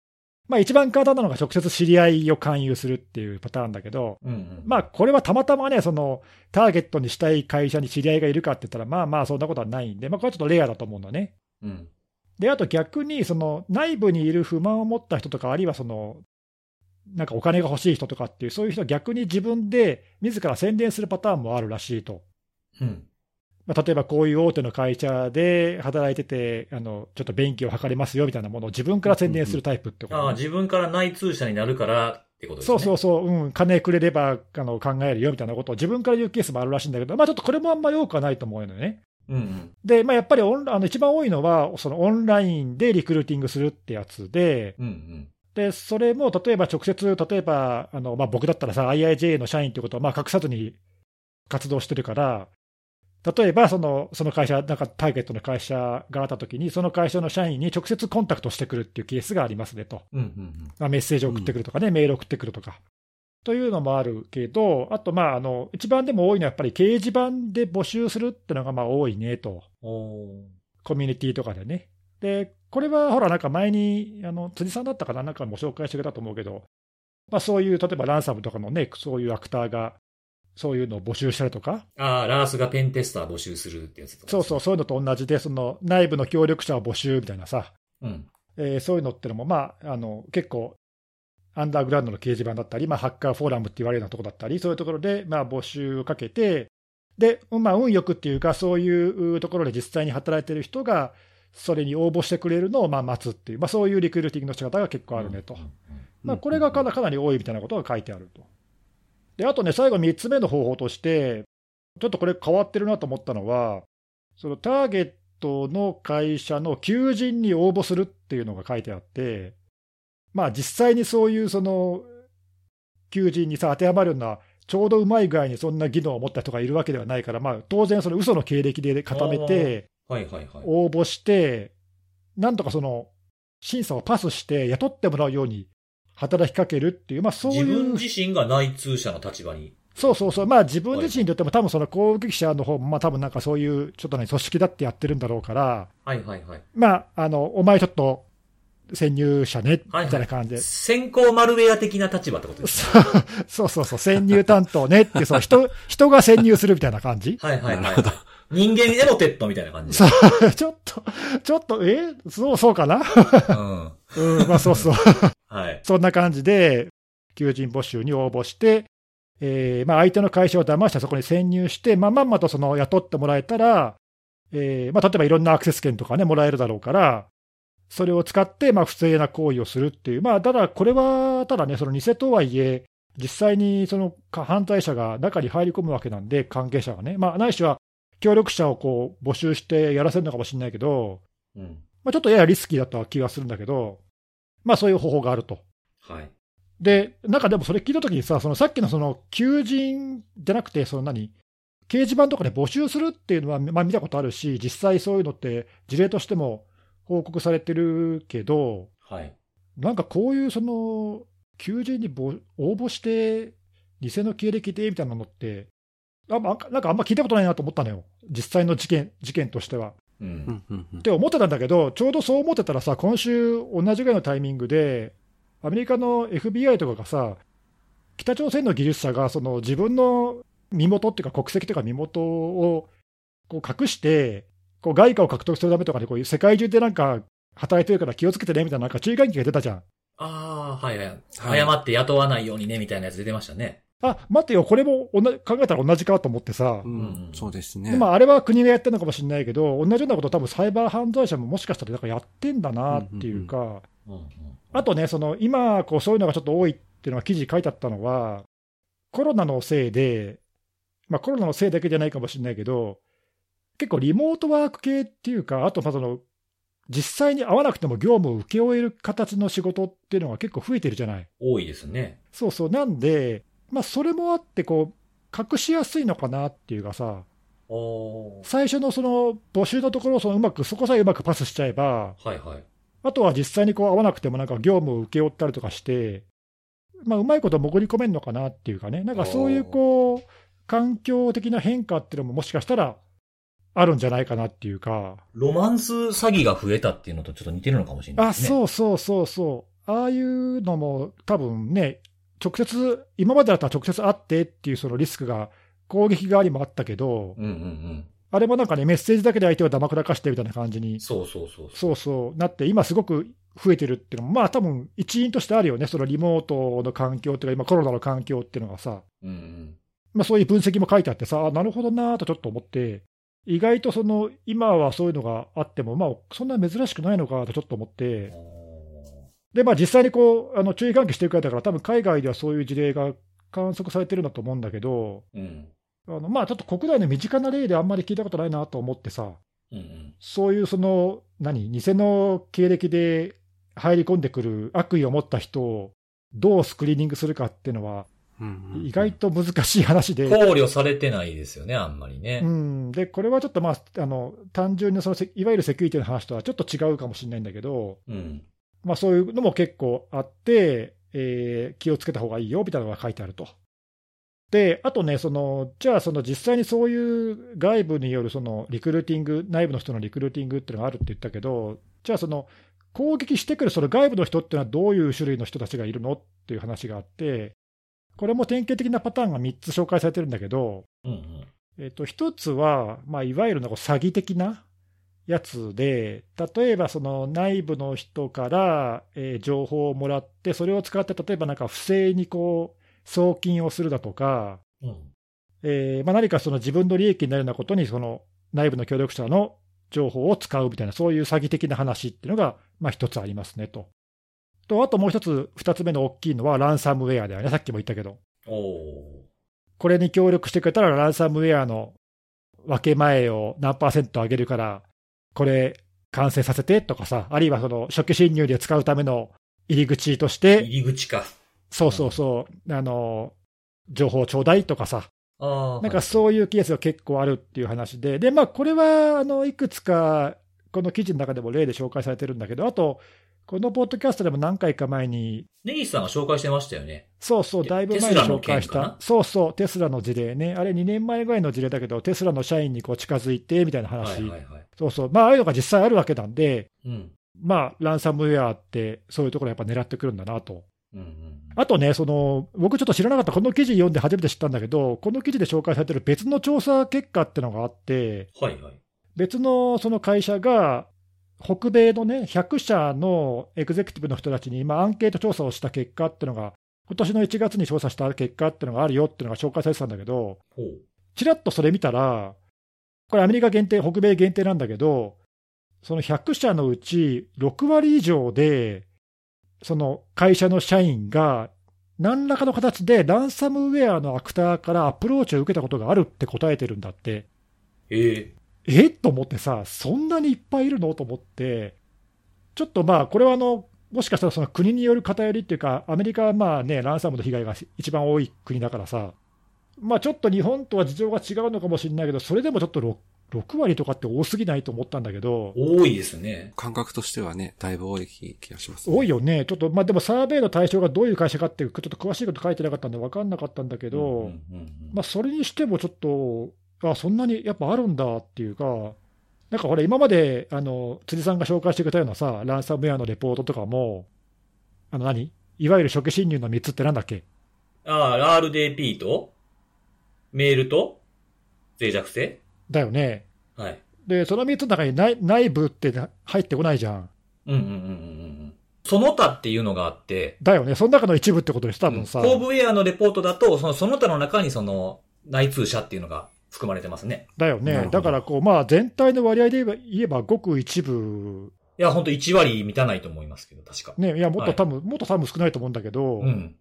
B: まあ、一番簡単なのが直接知り合いを勧誘するっていうパターンだけど、
A: うんうん。
B: まあ、これはたまたまね、そのターゲットにしたい会社に知り合いがいるかって言ったら、まあまあ、そんなことはないんで、まあ、これはちょっとレアだと思うんだね。
A: うん。
B: で、あと逆に、その内部にいる不満を持った人とか、あるいはその、なんかお金が欲しい人とかっていう、そういう人は逆に自分で自ら宣伝するパターンもあるらしいと。
A: うん。
B: まあ、例えばこういう大手の会社で働いてて、あのちょっと便宜を図れますよみたいなものを自分から宣伝するタイプってこと、
A: ああ、自分から内通者になるからってことです
B: そ
A: ね。
B: うそうそう、うん、金くれればあの考えるよみたいなことを自分から言うケースもあるらしいんだけど、まあ、ちょっとこれもあんまよくはないと思うのよね。
A: う。うん
B: で、まあ、やっぱりオンあの一番多いのは、そのオンラインでリクルーティングするってやつで、
A: うん。うん
B: で、それも例えば直接、例えばあの、まあ、僕だったらさ、IIJ の社員ってことはまあ隠さずに活動してるから、例えばそのその会社、なんかターゲットの会社があったときに、その会社の社員に直接コンタクトしてくるっていうケースがありますねと、
A: うん。うんうん
B: まあ、メッセージを送ってくるとかね、メール送ってくるとか。というのもあるけど、あと、まああの、一番でも多いのは、やっぱり掲示板で募集するってのがまあ多いねと。
A: うん。おー
B: コミュニティとかでね。で、これはほら、なんか前に、あの辻さんだったかな、なんかも紹介してくれたと思うけど、まあ、そういう、例えばランサムとかのね、そういうアクターが、そういうのを募集したりとか、
A: ああ、ラースがペンテスター募集するってやつとか。
B: そうそう、。そういうのと同じで、その内部の協力者を募集みたいなさ、
A: うん。
B: えーそういうのってのも、まあ、あの結構、アンダーグラウンドの掲示板だったり、まあ、ハッカーフォーラムって言われるようなところだったり、そういうところで、まあ、募集をかけて、で、まあ、運よくっていうか、そういうところで実際に働いてる人が、それに応募してくれるのをまあ待つっていう、まあ、そういうリクルーティングの仕方が結構あるねと、
A: うん
B: まあ、これがかなかなり多いみたいなことが書いてあると。で、あとね、最後3つ目の方法として、ちょっとこれ変わってるなと思ったのは、そのターゲットの会社の求人に応募するっていうのが書いてあって、まあ実際にそういうその求人にさ、当てはまるような、ちょうどうまい具合にそんな技能を持った人がいるわけではないから、まあ当然その嘘の経歴で固めて、
A: はいはいはい。
B: 応募して、なんとかその審査をパスして、雇ってもらうように働きかけるっていう、まあ、そう
A: 自
B: い
A: 分
B: う、
A: 自身が内通者の立場に。
B: そうそうそう、まあ、自分自身にとっても、多分その攻撃者の方も、まあ多分なんかそういう、ちょっとね、組織だってやってるんだろうから、
A: はいはいはい。
B: まあ、あのお前ちょっと潜入者ね、み
A: はいはい
B: たいな感じで。
A: 先行マルウェア的な立場ってことです
B: そうそうそうそう、潜入担当ねっていう、その人、人が潜入するみたいな感じ
A: ね。はいはいは
C: ないるほど。
A: 人間エロテッドみたいな感じ。
B: そうちょっと、ちょっと、えそう、そうかな
A: うん。
B: うん、まあそうそう。
A: はい。
B: そんな感じで、求人募集に応募して、えーまあ、相手の会社を騙してそこに潜入して、まあ、まんまとその雇ってもらえたら、えーまあ、例えばいろんなアクセス権とかね、もらえるだろうから、それを使って、まあ、不正な行為をするっていう、まあ、ただこれは、ただね、その偽とはいえ、実際にその反対者が中に入り込むわけなんで、関係者がね、まあ、ないしは協力者をこう募集してやらせるのかもしれないけど、
A: うん。
B: まあ、ちょっとややリスキーだった気がするんだけど、まあ、そういう方法があると。
A: はい。
B: で、なんかでもそれ聞いたときにさ、そのさっきのその求人じゃなくて、その何、掲示板とかで募集するっていうのは、まあ、見たことあるし、実際そういうのって、事例としても報告されてるけど、
A: はい。
B: なんかこういうその求人にぼ応募して、偽の経歴でみたいなのって、あまあなんかあんま聞いたことないなと思ったのよ、実際の事件事件としては。
A: う。
C: うんんうんう
B: っ
C: ん
B: て思ってたんだけど、ちょうどそう思ってたらさ、今週、同じぐらいのタイミングで、アメリカの FBI とかがさ、北朝鮮の技術者がその自分の身元っていうか、国籍とか身元をこう隠して、こう外貨を獲得するためとかで、こういう世界中でなんか働いてるから気をつけてねみたいな、なんか注意喚起が出たじゃん。
A: ああ、はいはい。
C: はい
A: 誤って雇わないようにね、みたいなやつ出てましたね。
B: あ待ってよ、これも同じ考えたら同じかと思ってさ。
C: うんそうです
B: で
C: ね。
B: まあ、あれは国がやってるのかもしれないけど、同じようなことを多分サイバー犯罪者ももしかしたらなんかやってんだなっていうか、
A: うんうん。
B: あとね、その今こう、そういうのがちょっと多いっていうのが記事に書いてあったのは、コロナのせいで、まあ、コロナのせいだけじゃないかもしれないけど、結構リモートワーク系っていうか、あとまあその、実際に会わなくても業務を請け負える形の仕事っていうのが結構増えてるじゃない。
A: 多いですね。
B: そうそう、なんで、まあ、それもあってこう、隠しやすいのかなっていうかさ、
A: おー
B: 最初のその募集のところをそのうまく、そこさえうまくパスしちゃえば、
A: はいはい。
B: あとは実際にこう会わなくても、なんか業務を請け負ったりとかして、まあ、うまいこと潜り込めるのかなっていうかね、なんかそういうこう、環境的な変化っていうのも、もしかしたらあるんじゃないかなっていうか、
A: ロマンス詐欺が増えたっていうのとちょっと似てるのかもしれない
B: あ
A: ですね。
B: そうそうそうそう、ああいうのも多分ね、直接、今までだったら直接会ってっていうそのリスクが、攻撃側にもあったけど、
A: うんうん
B: あれもなんかね、メッセージだけで相手を黙らかしてみたいな感じ
A: う
B: に
A: ん。、そうそうそうそう。
B: そうそう、なって、今すごく増えてるっていうのも、まあ多分一因としてあるよね、そのリモートの環境っていうか、今、コロナの環境っていうのがさ、
A: うんうん。
B: まあ、そういう分析も書いてあってさ、あなるほどなーとちょっと思って、意外とその今はそういうのがあっても、まあ、そんな珍しくないのかとちょっと思って、で、まあ、実際にこうあの注意喚起してるくらいだから、多分海外ではそういう事例が観測されてるんだと思うんだけど、
A: うんうん
B: あのまあ、ちょっと国内の身近な例であんまり聞いたことないなと思ってさ、
A: うん。
B: そういうその、何、偽の経歴で入り込んでくる悪意を持った人をどうスクリーニングするかっていうのは、
C: うんうん
B: 意外と難しい話で、
A: 考慮されてないですよね、あんまりね。
B: うん、でこれはちょっと、まあ、あの単純にそのセいわゆるセキュリティの話とはちょっと違うかもしれないんだけど、
A: うん。
B: まあ、そういうのも結構あって、えー気をつけた方がいいよみたいなのが書いてあると。で、あとね、そのじゃあ、その実際にそういう外部によるそのリクルーティング、内部の人のリクルーティングっていうのがあるって言ったけど、じゃあ、その攻撃してくるその外部の人っていうのはどういう種類の人たちがいるのっていう話があって、これも典型的なパターンが3つ紹介されてるんだけど、
A: うんうん。
B: えっと、一つは、まあ、いわゆるなんか詐欺的なやつで、例えばその内部の人から、えー情報をもらって、それを使って、例えばなんか不正にこう送金をするだとか、
A: うん。
B: えーまあ、何かその自分の利益になるようなことに、その内部の協力者の情報を使うみたいな、そういう詐欺的な話っていうのが、まあ、一つありますねと。と、あともう一つ、二つ目の大きいのは、ランサムウェアだよね、さっきも言ったけど。
A: おお
B: これに協力してくれたら、ランサムウェアの分け前を何パーセント上げるから、これ、完成させてとかさ、あるいはその初期侵入で使うための入り口とし
A: ー。
B: て、
A: 入り口か。
B: そうそうそう、あの情報ちょうだいとかさ、
A: ああ。
B: なんかそういうケースが結構あるっていう話で、でまあ、これはあのいくつか、この記事の中でも例で紹介されてるんだけど、あと、このポッドキャストでも何回か前に、
A: ネギさんが紹介してましたよね。
B: そうそう、
A: テ
B: だいぶ前に紹
A: テ
B: 介し
A: スラの件かな
B: た、そうそう、テスラの事例ね、あれ2年前ぐらいの事例だけど、テスラの社員にこう近づいてみたいな
A: は
B: 話、
A: いはいはい。
B: そうそう、まあ、ああいうのが実際あるわけなんで、
A: うん。
B: まあ、ランサムウェアって、そういうところやっぱ狙ってくるんだなと。
A: うんうん。
B: あとね、その僕ちょっと知らなかった、この記事読んで初めて知ったんだけど、この記事で紹介されてる別の調査結果ってのがあって、
A: はいはい。
B: 別のその会社が、北米のね、100社のエグゼクティブの人たちに今、アンケート調査をした結果ってのが、今年の1月に調査した結果ってのがあるよってのが紹介されてたんだけど、
A: ほう。
B: ちらっとそれ見たら、これ、アメリカ限定、北米限定なんだけど、その100社のうち6割以上で、その会社の社員が、何らかの形でランサムウェアのアクターからアプローチを受けたことがあるって答えてるんだって。
A: ええ
B: えっと思ってさ、そんなにいっぱいいるのと思って、ちょっとまあ、これはあの、もしかしたらその国による偏りっていうか、アメリカはまあね、ランサムの被害が一番多い国だからさ、まあちょっと日本とは事情が違うのかもしれないけど、それでもちょっと 6, 6割とかって多すぎないと思ったんだけど、
A: 多いですね。
C: 感覚としてはね、だいぶ多い気がします、
B: 多い
C: よ。
B: よね、ちょっとまあでもサーベイの対象がどういう会社かっていう、ちょっと詳しいこと書いてなかったんで分かんなかったんだけど、
A: うんうんうんうん
B: まあ、それにしてもちょっと、あそんなにやっぱあるんだっていうか、なんかほら、今まであの辻さんが紹介してくれたようなさ、ランサムウェアのレポートとかも、あの何いわゆる初期侵入の3つってなんだっけ
A: ああ、RDP と、メールと、脆弱性
B: だよね。
A: はい。
B: で、その3つの中に内内部ってな入ってこないじゃん。
A: うんうんうんうんうん。その他っていうのがあって、
B: だよね。その中の一部ってことでしょ、多分さ。
A: ホーブウェアのレポートだと、そのその他の中にその内通者っていうのが含まれてますね。
B: だよ
C: なる
B: ね
C: ほ。ど
B: だからこう、まあ、全体の割合で言えば、言えばごく一部、
A: いや、ほんと1割満たないと思いますけど、確か。
B: ね、いや、もっ
A: はい
B: と多分、もっと多分少ないと思うんだけど、
A: うん。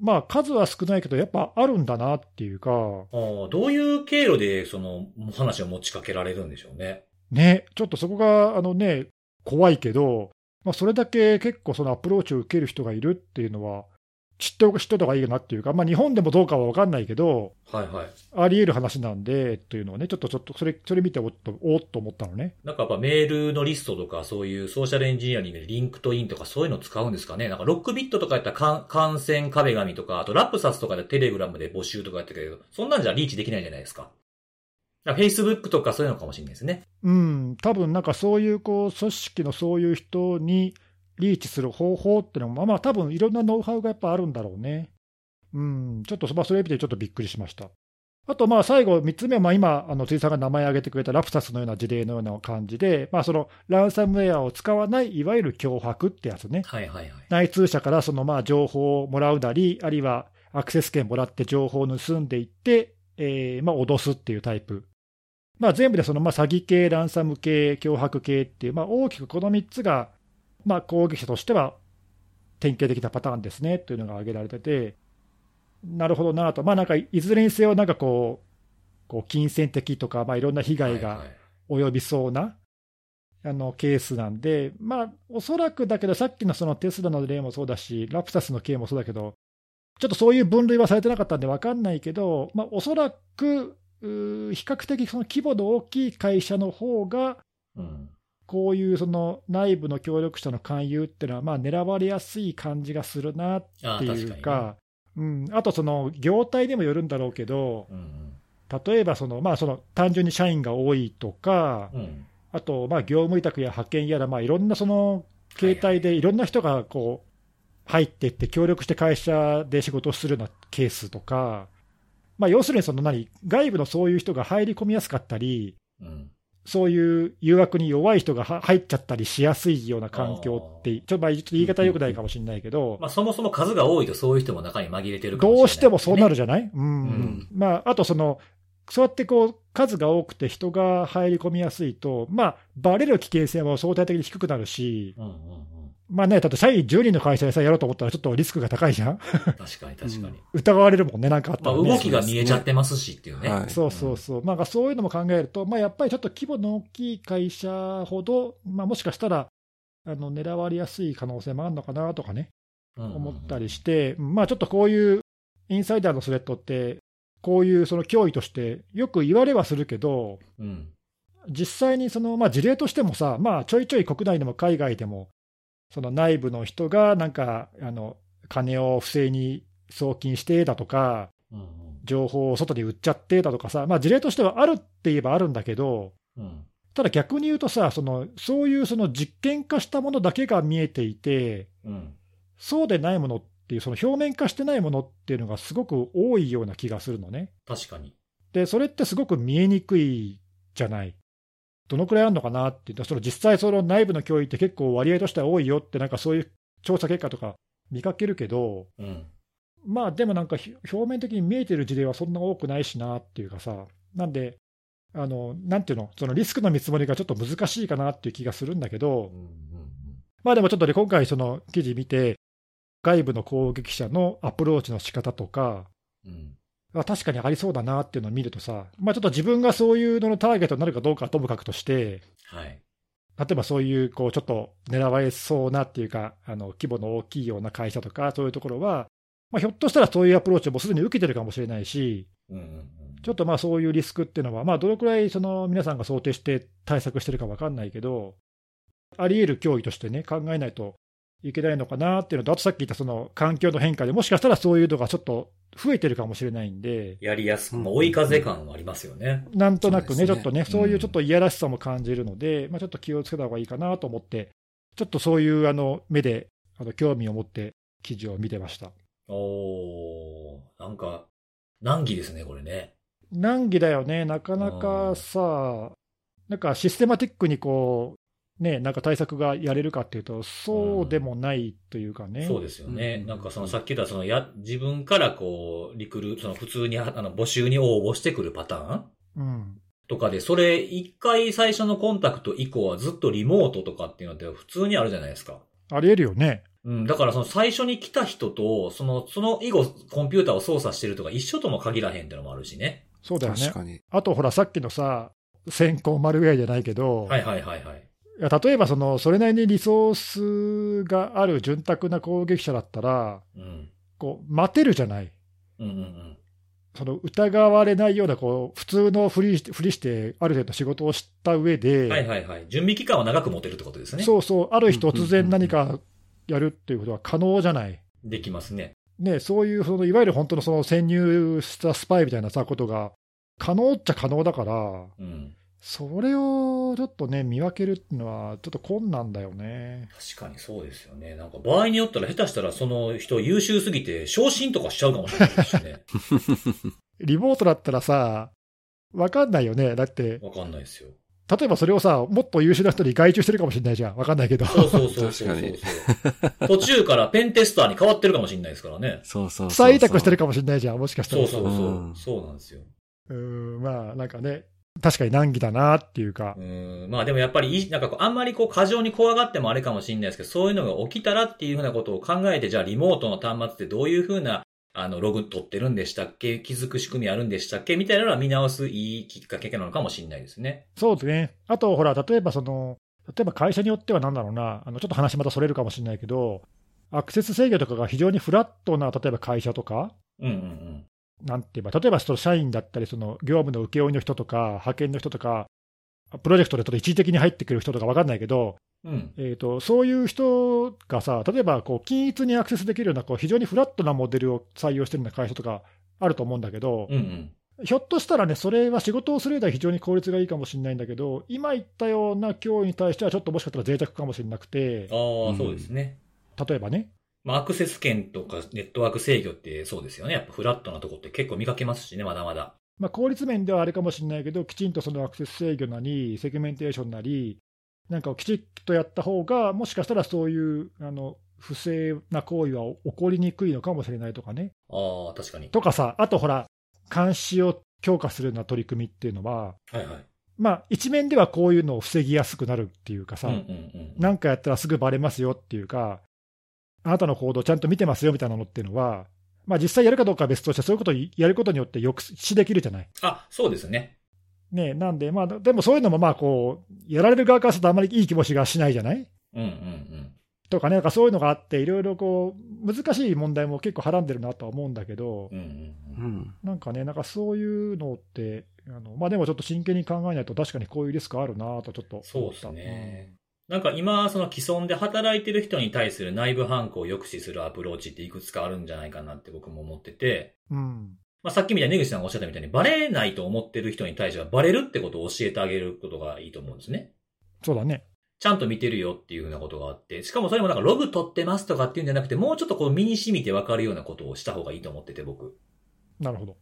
B: まあ、数は少ないけど、やっぱあるんだなっていうか、
A: あーどういう経路で、その、話を持ちかけられるんでしょうね。
B: ね、ちょっとそこが、あのね、怖いけど、まあ、それだけ結構そのアプローチを受ける人がいるっていうのは、知っておく、知っておいた方がいいなっていうか、まあ、日本でもどうかは分かんないけど、
A: はいはい。
B: あり得る話なんで、というのはね、ちょっと、ちょっと、それ、それ見ておっと、おっと思ったのね。
A: なんかやっぱメールのリストとか、そういうソーシャルエンジニアリングでリンクトインとかそういうの使うんですかねなんかロックビットとかやったらか感染壁紙とか、あとラプサスとかでテレグラムで募集とかやってたけど、そんなんじゃリーチできないじゃないですか。だから Facebook とかそういうのかもしれないですね。
B: うん、多分なんかそういう、こう、組織のそういう人にリーチする方法ってのも、まあまあ、多分いろんなノウハウがやっぱあるんだろうね。うん、ちょっと、まあ、それ見てちょっとびっくりしました。あと、まあ、最後、3つ目は、まあ、今、あの、辻さんが名前挙げてくれたラプサスのような事例のような感じで、まあ、その、ランサムウェアを使わない、いわゆる脅迫ってやつね。
A: はいはいはい。
B: 内通者からそのまあ情報をもらうなり、あるいはアクセス権もらって情報を盗んでいって、えーまあ脅すっていうタイプ。まあ、全部でそのまあ詐欺系、ランサム系、脅迫系っていう、まあ、大きくこの3つが、まあ、攻撃者としては典型的なパターンですねというのが挙げられてて、なるほどなと、まあ、なんかいずれにせよ、なんかこう、こう金銭的とか、まあ、いろんな被害が
A: はいはい
B: 及びそうなあのケースなんで、まあ、おそらくだけど、さっきのそのテスラの例もそうだし、ラプサスの例もそうだけど、ちょっとそういう分類はされてなかったんで分かんないけど、まあ、おそらく、うー比較的その規模の大きい会社の方が、
A: うん。
B: こういうその内部の協力者の勧誘っていうのは、まあ狙われやすい感じがするなっ
A: ああ、確
B: て
A: かに、
B: いう
A: ね。
B: か、うん、あとその業態でもよるんだろうけど、
A: うん
B: 例えばその、まあ、その単純に社員が多いとか、
A: うん。うん。
B: あと、まあ、業務委託や派遣やら、まあ、いろんなその携帯でいろんな人がこう入っていって、協力して会社で仕事をするようなケースとか、まあ、要するにその何、外部のそういう人が入り込みやすかったり、
A: うん。
B: そういう誘惑に弱い人がは入っちゃったりしやすいような環境って、ちょっとまあちょっと言い方よくないかもしれないけど、
A: まあそもそも数が多いとそういう人も中に紛れてるかもしれない、
B: どうしてもそうなる
A: じ
B: じゃない、うん
A: うん
B: まあ、あとその、そうやってこう数が多くて人が入り込みやすいと、まあ、バレる危険性も相対的に低くなるし、
A: ゃん。うんうんうん。
B: まあね、だって社員10人の会社でさ、やろうと思ったら、ちょっとリスクが高いじゃん、
A: 確かに確かに。
B: 疑われるもんね、なんかあった
A: まあ
B: ら、ね、
A: 動きが見えちゃってますしっていうね。
C: そうですね
B: そうそうそう、なんかそういうのも考えると、まあ、やっぱりちょっと規模の大きい会社ほど、まあ、もしかしたらあの狙われやすい可能性もあるのかなとかね、思ったり
A: て。
B: して、まあ、ちょっとこういうインサイダーのスレッドって、こういうその脅威として、よく言われはするけど、
A: うん。
B: 実際にその、まあ、事例としてもさ、まあ、ちょいちょい国内でも海外でも、その内部の人がなんかあの金を不正に送金してだとか、
A: うん
B: 情報を外に売っちゃってだとかさ、まあ、事例としてはあるって言えばあるんだけど、
A: うんうん。
B: ただ逆に言うとさ、そのそういうその実験化したものだけが見えていて、
A: うん。
B: そうでないものっていう、その表面化してないものっていうのがすごく多いような気がするのね。
A: 確かに。
B: で、それってすごく見えにくいじゃない。どのくらいあるのかなっていうと、その実際、その内部の教員って結構割合としては多いよって、なんかそういう調査結果とか見かけるけど、
A: うん。
B: まあでもなんかひ表面的に見えてる事例はそんな多くないしなっていうかさ、なんで、あのなんていうの、そのリスクの見積もりがちょっと難しいかなっていう気がするんだけど、
A: うんうん
B: まあでもちょっとね、今回、その記事見て、外部の攻撃者のアプローチの仕方とか、
A: うんうん。
B: あ確かにありそうだなっていうのを見るとさ、まあ、ちょっと自分がそういうののターゲットになるかどうかはともかくとして、
A: はい。
B: 例えばそういう、こう、ちょっと狙われそうなっていうか、あの規模の大きいような会社とか、そういうところは、まあ、ひょっとしたらそういうアプローチをもうすでに受けてるかもしれないし、
A: うんうんうん。
B: ちょっとまあそういうリスクっていうのは、まあ、どのくらいその皆さんが想定して対策してるか分かんないけど、あり得る脅威としてね、考えないといけないのかなっていうのと、あとさっき言ったその環境の変化で、もしかしたらそういうのがちょっと増えてるかもしれないんで、
A: やりやすく、まあ追い風感はありますよね。
B: なんとなく
C: そうで
B: ね、
C: すね
B: ちょっとね、そういううんちょっといやらしさも感じるので、まあ、ちょっと気をつけた方がいいかなと思って、ちょっとそういうあの目であの興味を持って記事を見てました。
A: おー、なんか、難儀ですね、これね。
B: 難儀だよね、なかなかさ、なんかシステマティックにこう、ね、なんか対策がやれるかっていうと、そうでもないというかね、
A: そうですよね。
C: うん
A: なんかそのさっき言ったそのや、自分からこう、リクルート、その普通に、あの、募集に応募してくるパターン
B: うん、
A: とかで、それ一回最初のコンタクト以降はずっとリモートとかっていうのって普通にあるじゃないですか。
B: ありえるよね、
A: うん、だからその最初に来た人と、その、その以後コンピューターを操作してるとか一緒とも限らへんってのもあるしね。
B: そうだよ
C: 確
B: ね。
C: かに。
B: あと、ほら、さっきのさ、先行マルウェアじゃないけど、
A: はいはいはいはい。
B: いや例えばその、それなりにリソースがある潤沢な攻撃者だったら、
A: うん。
B: こう待てるじゃない、
A: うんうんうん。
B: その疑われないようなこう普通のふりして、ふりしてある程度仕事をした上で、
A: はいはいはい。準備期間は長く持てるってことですね。
B: そうそう、ある日
C: うんうんうんうん
B: 突然何かやるっていうことは可能じゃない、
A: できますね。
B: ね、そういうそのいわゆる本当のその潜入したスパイみたいなさことが、可能っちゃ可能だから、
A: うん。
B: それをちょっとね、見分けるっていうのは、ちょっと困難だよね。
A: 確かにそうですよね。なんか場合によったら下手したらその人優秀すぎて昇進とかしちゃうかもしれないですし ね。
B: リモートだったらさ、わかんないよね、だって、
A: わかんないですよ。
B: 例えばそれをさ、もっと優秀な人に外注してるかもしれないじゃん、わかんないけ ど。
A: そうそうそうそう
C: 確
A: そうそう。途中からペンテスターに変わってるかもしれないですからね。
C: そうそうそうそう。
B: 再委託してるかもしれないじゃん、もしかしたら
A: そう
B: さ。
A: そうそう。
C: うん
A: そうなんですよ。
B: うーん、まあ、なんかね、確かに難儀だなっていうか
A: う、ーんまあでもやっぱりい、なんかこう、あんまりこう、過剰に怖がってもあれかもしれないですけど、そういうのが起きたらっていうふうなことを考えて、じゃあリモートの端末ってどういうふうな、あの、ログ取ってるんでしたっけ気づく仕組みあるんでしたっけみたいなのは見直すいいきっかけなのかもしれないですね。
B: そうですね。あと、ほら、例えばその、例えば会社によってはなんだろうな、あのちょっと話またそれるかもしれないけど、アクセス制御とかが非常にフラットな、例えば会社とか、
A: うんうん
B: なんて言えば、例えばその社員だったり、その業務の請負の人とか、派遣の人とか、プロジェクトでちょっと一時的に入ってくる人とか分かんないけど、
A: うん。うん。
B: えー、とそういう人がさ、例えばこう均一にアクセスできるようなこう非常にフラットなモデルを採用してるような会社とかあると思うんだけど、
A: うんうん。
B: ひょっとしたらね、それは仕事をするよりは非常に効率がいいかもしれないんだけど、今言ったような脅威に対しては、ちょっともしかしたら脆弱かもしれなくて
A: あ、あ、そうですね。
B: 例えばね、
A: まあ、アクセス権とかネットワーク制御ってそうですよね。やっぱフラットなとこって結構見かけますしね、まだまだ。
B: まあ、効率面ではあれかもしれないけど、きちんとそのアクセス制御なり、セグメンテーションなり、なんかをきちっとやった方が、もしかしたらそういうあの不正な行為は起こりにくいのかもしれないとかね。
A: ああ、確かに。
B: とかさ、あとほら、監視を強化するような取り組みっていうのは、
A: はいはい。
B: まあ、一面ではこういうのを防ぎやすくなるっていうか
A: う
B: さ、
A: んうんうん。
B: なんかやったらすぐバレますよっていうか、あなたの行動ちゃんと見てますよみたいなのっていうのは、まあ、実際やるかどうかは別として、そういうことをやることによって抑止できるじゃない。
A: あ、そうですね。
B: ね、なんで、まあ、でもそういうのもまあこう、やられる側からするとあまりいい気持ちがしないじゃない
A: うんうんうん。
B: とかね、なんかそういうのがあって、いろいろこう、難しい問題も結構はらんでるなとは思うんだけど、
A: うんうんうん
C: う。ん。
B: なんかね、なんかそういうのって、あのまあ、でもちょっと真剣に考えないと、確かにこういうリスクあるなとちょっと
A: そうですね。なんか今、その既存で働いてる人に対する内部犯行を抑止するアプローチっていくつかあるんじゃないかなって僕も思ってて、
B: うん、
A: まあさっきみたいに根口さんがおっしゃったみたいにバレないと思ってる人に対してはバレるってことを教えてあげることがいいと思うんですね。
B: そうだね、
A: ちゃんと見てるよっていうふうなことがあって、しかもそれもなんかログ取ってますとかっていうんじゃなくて、もうちょっとこう身に染みてわかるようなことをした方がいいと思ってて僕。
B: なるほど。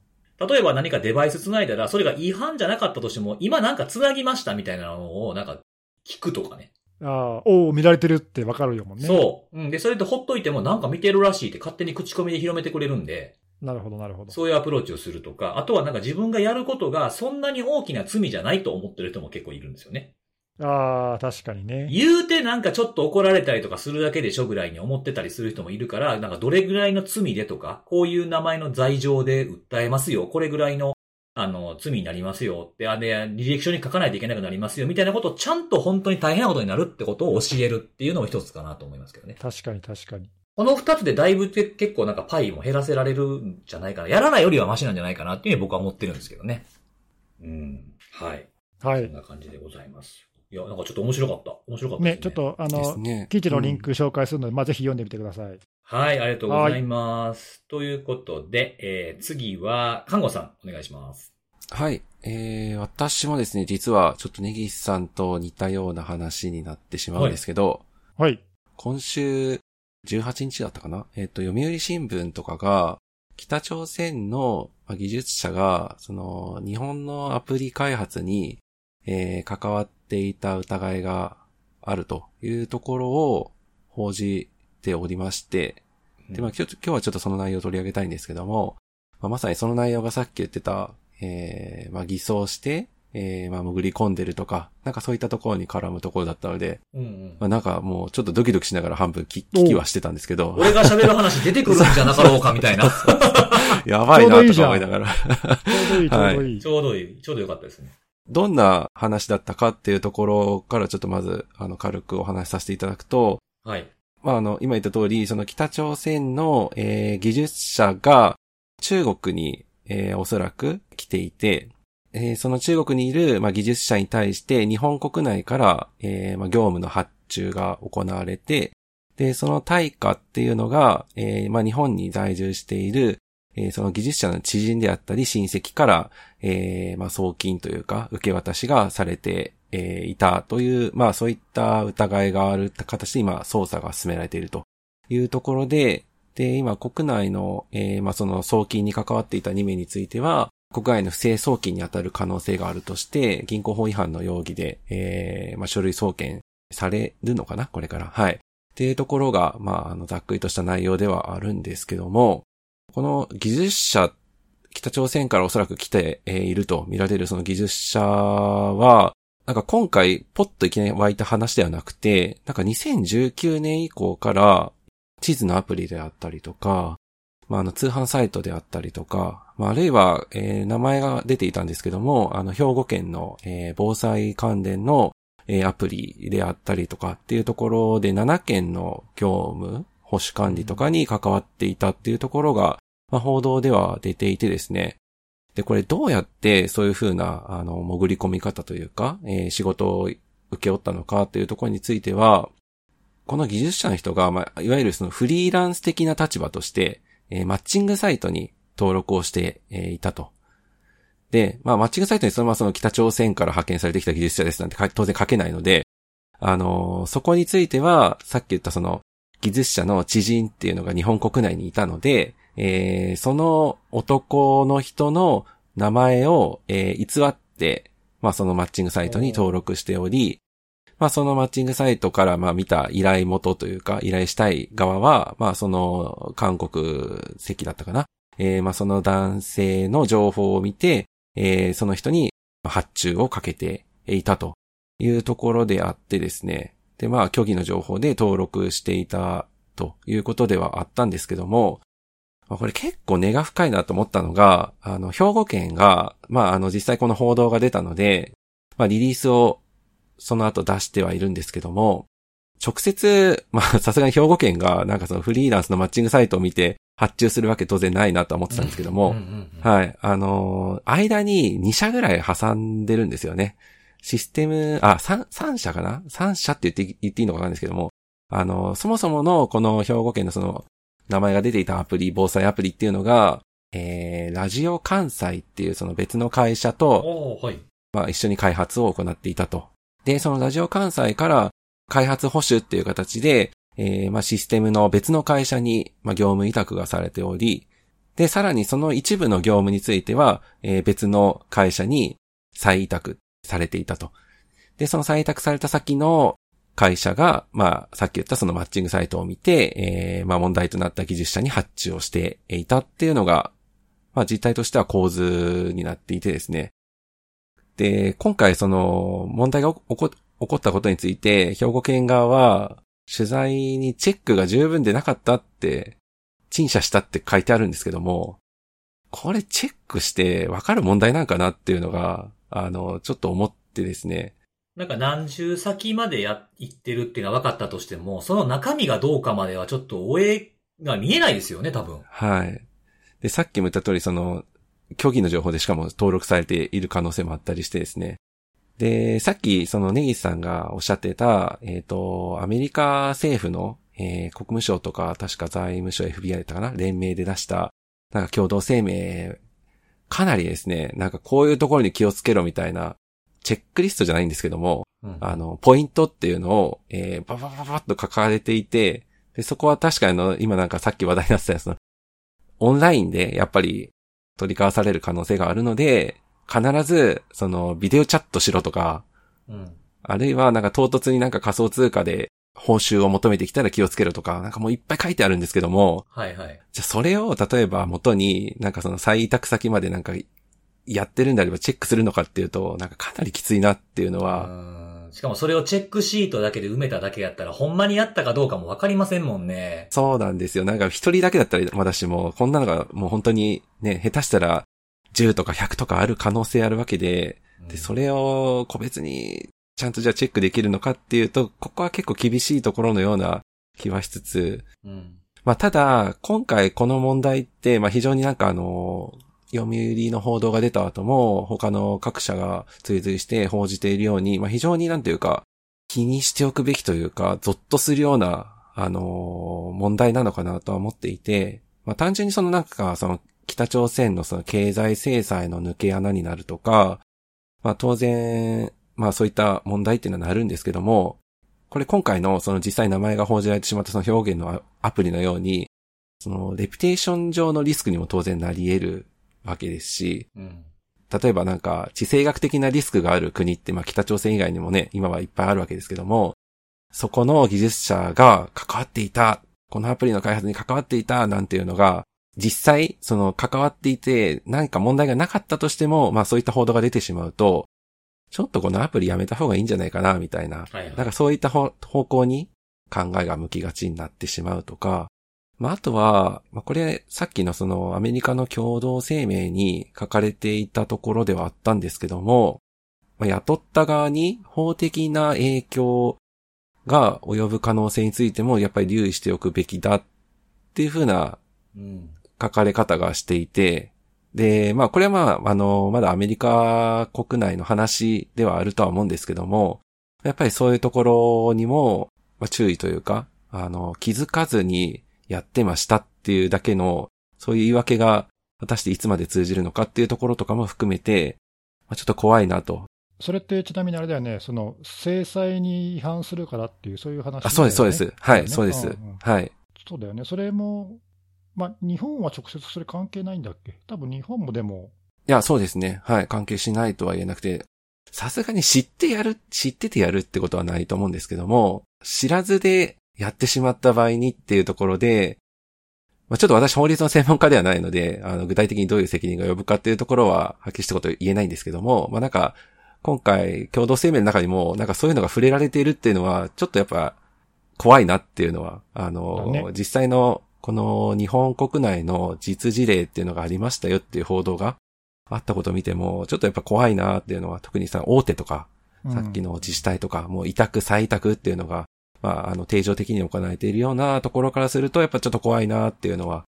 A: 例えば何かデバイス繋いだら、それが違反じゃなかったとしても、今なんか繋ぎましたみたいなのをなんか聞くとかね。
B: ああ、おお、見られてるって分かるよもんね。
A: そう。うん。で、それってほっといてもなんか見てるらしいって勝手に口コミで広めてくれるんで、
B: なるほど、なるほど。
A: そういうアプローチをするとか、あとはなんか自分がやることがそんなに大きな罪じゃないと思ってる人も結構いるんですよね。
B: ああ、確かにね。
A: 言うてなんかちょっと怒られたりとかするだけでしょぐらいに思ってたりする人もいるから、なんかどれぐらいの罪でとか、こういう名前の罪状で訴えますよ、これぐらいの、あの、罪になりますよって、あれ、履歴書に書かないといけなくなりますよ、みたいなことをちゃんと本当に大変なことになるってことを教えるっていうのも一つかなと思いますけどね。
B: 確かに、確かに。
A: この二つでだいぶけ結構なんかパイも減らせられるんじゃないかな。やらないよりはマシなんじゃないかなっていうふうに僕は思ってるんですけどね。うん。はい。
B: は
A: こ
B: い
A: ん。な感じでございます。いや、なんかちょっと面白かった。面白かったですね。
B: ね、ちょっ。と、あ
C: です
B: の、
C: ね。
B: 記事のリンク紹介するので、まあ、ぜひ読んでみてください。
A: はい、ありがとうございます。ということで、えー、次は、看護さん、お願いします。
C: はい。えー、私もですね、実はちょっとネギスさんと似たような話になってしまうんですけど、
B: はい。
C: 今週18日だったかなえっ、と、読売新聞とかが、北朝鮮のまあ技術者が、その、日本のアプリ開発に、えー関わっていた疑いがあるというところを報じておりまして、で、まあ、今日、今日はちょっとその内容を取り上げたいんですけども、まあ、まさにその内容がさっき言ってた、えー、まあ、偽装して、えー、まあ、潜り込んでるとか、なんかそういったところに絡むところだったので、
A: うんうん
C: まあ、なんかもうちょっとドキドキしながら半分聞聞きはしてたんですけど、
A: 俺が喋る話出てくるんじゃなかろうかみたいな。ち
C: やばいなとか思いながら。
B: ちょうどいい、ちょうどいい。
A: ょうどいい、ちょうどよかったですね。
C: どんな話だったかっていうところからちょっとまず、あの、軽くお話しさせていただくと、
A: はい。
C: まあ、あの、今言った通り、その北朝鮮の、えー技術者が中国に、えーおそらく来ていて、えーその中国にいる、まあ、技術者に対して日本国内から、えーまあ、業務の発注が行われて、で、その対価っていうのが、えーまあ、日本に在住している、えーその技術者の知人であったり親戚から、えーまあ、送金というか、受け渡しがされて、えーいたという、まあ、そういった疑いがある形で今、捜査が進められているというところで、で、今、国内の、えーまあ、その送金に関わっていた2名については、国外の不正送金に当たる可能性があるとして、銀行法違反の容疑で、えーまあ、書類送検されるのかなこれから。はい。っていうところが、まあ、あの、ざっくりとした内容ではあるんですけども、この技術者北朝鮮からおそらく来てえーいると見られるその技術者は、なんか今回ポッといきなり湧いた話ではなくて、なんか2019年以降から地図のアプリであったりとか、まあ、あの通販サイトであったりとか、まあ、あるいは、えー名前が出ていたんですけども、あの、兵庫県の、えー防災関連の、えーアプリであったりとかっていうところで7県の業務、保守管理とかに関わっていたっていうところが、まあ、報道では出ていてですね。で、これどうやってそういうふうな、あの、潜り込み方というか、えー仕事を受け負ったのかというところについては、この技術者の人が、まあ、いわゆるそのフリーランス的な立場として、えーマッチングサイトに登録をして、えーいたと。で、まあ、マッチングサイトにそのままその北朝鮮から派遣されてきた技術者ですなんてか当然書けないので、あのーそこについては、さっき言ったその、技術者の知人っていうのが日本国内にいたので、えーその男の人の名前を、えー偽って、まあそのマッチングサイトに登録しており、まあそのマッチングサイトからまあ見た依頼元というか、依頼したい側は、まあその韓国籍だったかな。えーまあその男性の情報を見て、えーその人に発注をかけていたというところであってですね。で、まあ虚偽の情報で登録していたということではあったんですけども、まあこれ結構根が深いなと思ったのが、あの、兵庫県が、まあ、あの、実際この報道が出たので、まあ、リリースをその後出してはいるんですけども、直接、まあ、さすがに兵庫県が、なんかそのフリーランスのマッチングサイトを見て発注するわけ当然ないなとは思ってたんですけども、
A: うんうんうん
C: はい。あのー間に2社ぐらい挟んでるんですよね。システム、あ、3、三社かな ?3 社って言ってい言っていいのかわかんないですけども、あのーそもそものこの兵庫県のその名前が出ていたアプリ、防災アプリっていうのが、えー、ラジオ関西っていうその別の会社と、
A: おーはい。
C: まあ、一緒に開発を行っていたと。で、そのラジオ関西から開発保守っていう形で、えーまあ、システムの別の会社に、まあ、業務委託がされており、で、さらにその一部の業務については、えー別の会社に再委託されていたと。で、その再委託された先の会社が、まあ、さっき言ったそのマッチングサイトを見て、えーまあ、問題となった技術者に発注をしていたっていうのが、まあ、実態としては構図になっていてですね。で、今回その問題が起こ起こったことについて、兵庫県側は取材にチェックが十分でなかったって、陳謝したって書いてあるんですけども、これチェックしてわかる問題なんかなっていうのが、あの、ちょっと思ってですね。
A: なんか何十先までや、行ってるっていうのは分かったとしても、その中身がどうかまではちょっと応えが見えないですよね、多分。
C: はい。で、さっきも言った通り、その、虚偽の情報でしかも登録されている可能性もあったりしてですね。で、さっき、そのネギさんがおっしゃってた、えっ、と、アメリカ政府の、えー国務省とか、確か財務省 FBI だったかな連名で出した、なんか共同声明、かなりですね、なんかこういうところに気をつけろみたいな、チェックリストじゃないんですけども、
A: うん
C: あの、ポイントっていうのを、えー、バババババッと書かれていて、で、そこは確かにあの、今なんかさっき話題になってたやつの、オンラインでやっぱり取り交わされる可能性があるので、必ず、その、ビデオチャットしろとか、
A: うん。
C: あるいはなんか唐突になんか仮想通貨で報酬を求めてきたら気をつけろとか、なんかもういっぱい書いてあるんですけども、
A: はいはい。
C: じゃあそれを例えば元に、なんかその再委託先までなんかやってるんであればチェックするのかっていうと、なんかかなりきついなっていうの
A: う
C: は、
A: んしかもそれをチェックシートだけで埋めただけやったら、ほんまにやったかどうかもわかりませんもんね。
C: そうなんですよ。なんか一人だけだったらまだしも、こんなのがもう本当にね、下手したら10とか100とかある可能性あるわけで、で、そ
A: れ、
C: れを個別にちゃんとじゃあチェックできるのかっていうと、ここは結構厳しいところのような気はしつつ、
A: うん。
C: まあただ、今回この問題って、まあ非常になんかあの、読売の報道が出た後も、他の各社が追随して報じているように、まあ非常になんていうか、気にしておくべきというか、ゾッとするような、あの、問題なのかなとは思っていて、まあ単純にそのなんか、その北朝鮮のその経済制裁の抜け穴になるとか、まあ当然、まあそういった問題っていうのはなるんですけども、これ今回のその実際名前が報じられてしまったその表現のアプリのように、そのレピュテーション上のリスクにも当然なり得るわけですし、
A: うん。
C: 例えばなんか地政学的なリスクがある国って、まあ北朝鮮以外にもね、今はいっぱいあるわけですけども、そこの技術者が関わっていた、このアプリの開発に関わっていたなんていうのが、実際、その関わっていて何か問題がなかったとしても、まあそういった報道が出てしまうと、ちょっとこのアプリやめた方がいいんじゃないかな、みたいな
A: はいはい
C: なんかそういった方方向に考えが向きがちになってしまうとか、まあ、あとは、まあ、これ、さっきのそのアメリカの共同声明に書かれていたところではあったんですけども、まあ、雇った側に法的な影響が及ぶ可能性についてもやっぱり留意しておくべきだっていうふうな
A: うん。
C: 書かれ方がしていて、で、まあこれはまあ、あの、まだアメリカ国内の話ではあるとは思うんですけども、やっぱりそういうところにも、まあ、注意というか、あの、気づかずにやってましたっていうだけの、そういう言い訳が果たしていつまで通じるのかっていうところとかも含めて、まあ、ちょっと怖いなと。
B: それってちなみにあれだよね、その制裁に違反するからっていう、そういう話だよね、
C: あ、そうです、そうです。は
B: だよ
C: い、
B: ね
C: そうです
B: んん。
C: はい。
B: そうだよね、それも、まあ、日本は直接それ関係ないんだっけ、多分日本もでも、
C: いや、そうですね。はい。関係しないとは言えなくて、さすがに知ってやる、知っててやるってことはないと思うんですけども、知らずでやってしまった場合にっていうところで、まあ、ちょっと私法律の専門家ではないので、あの、具体的にどういう責任が及ぶかっていうところは、はっきりしたこと言えないんですけども、まあ、なんか、今回、共同声明の中にも、なんかそういうのが触れられているっていうのは、ちょっとやっぱ、怖いなっていうのは、あの、
B: だね
C: 実際の、この日本国内の実事例っていうのがありましたよっていう報道があったことを見ても、ちょっとやっぱ怖いなっていうのは、特にさ、大手とか、
B: うん
C: さっきの自治体とか、もう委託、再委託っていうのが、まあ、あの、定常的に行われているようなところからすると、やっぱちょっと怖いなっていうのは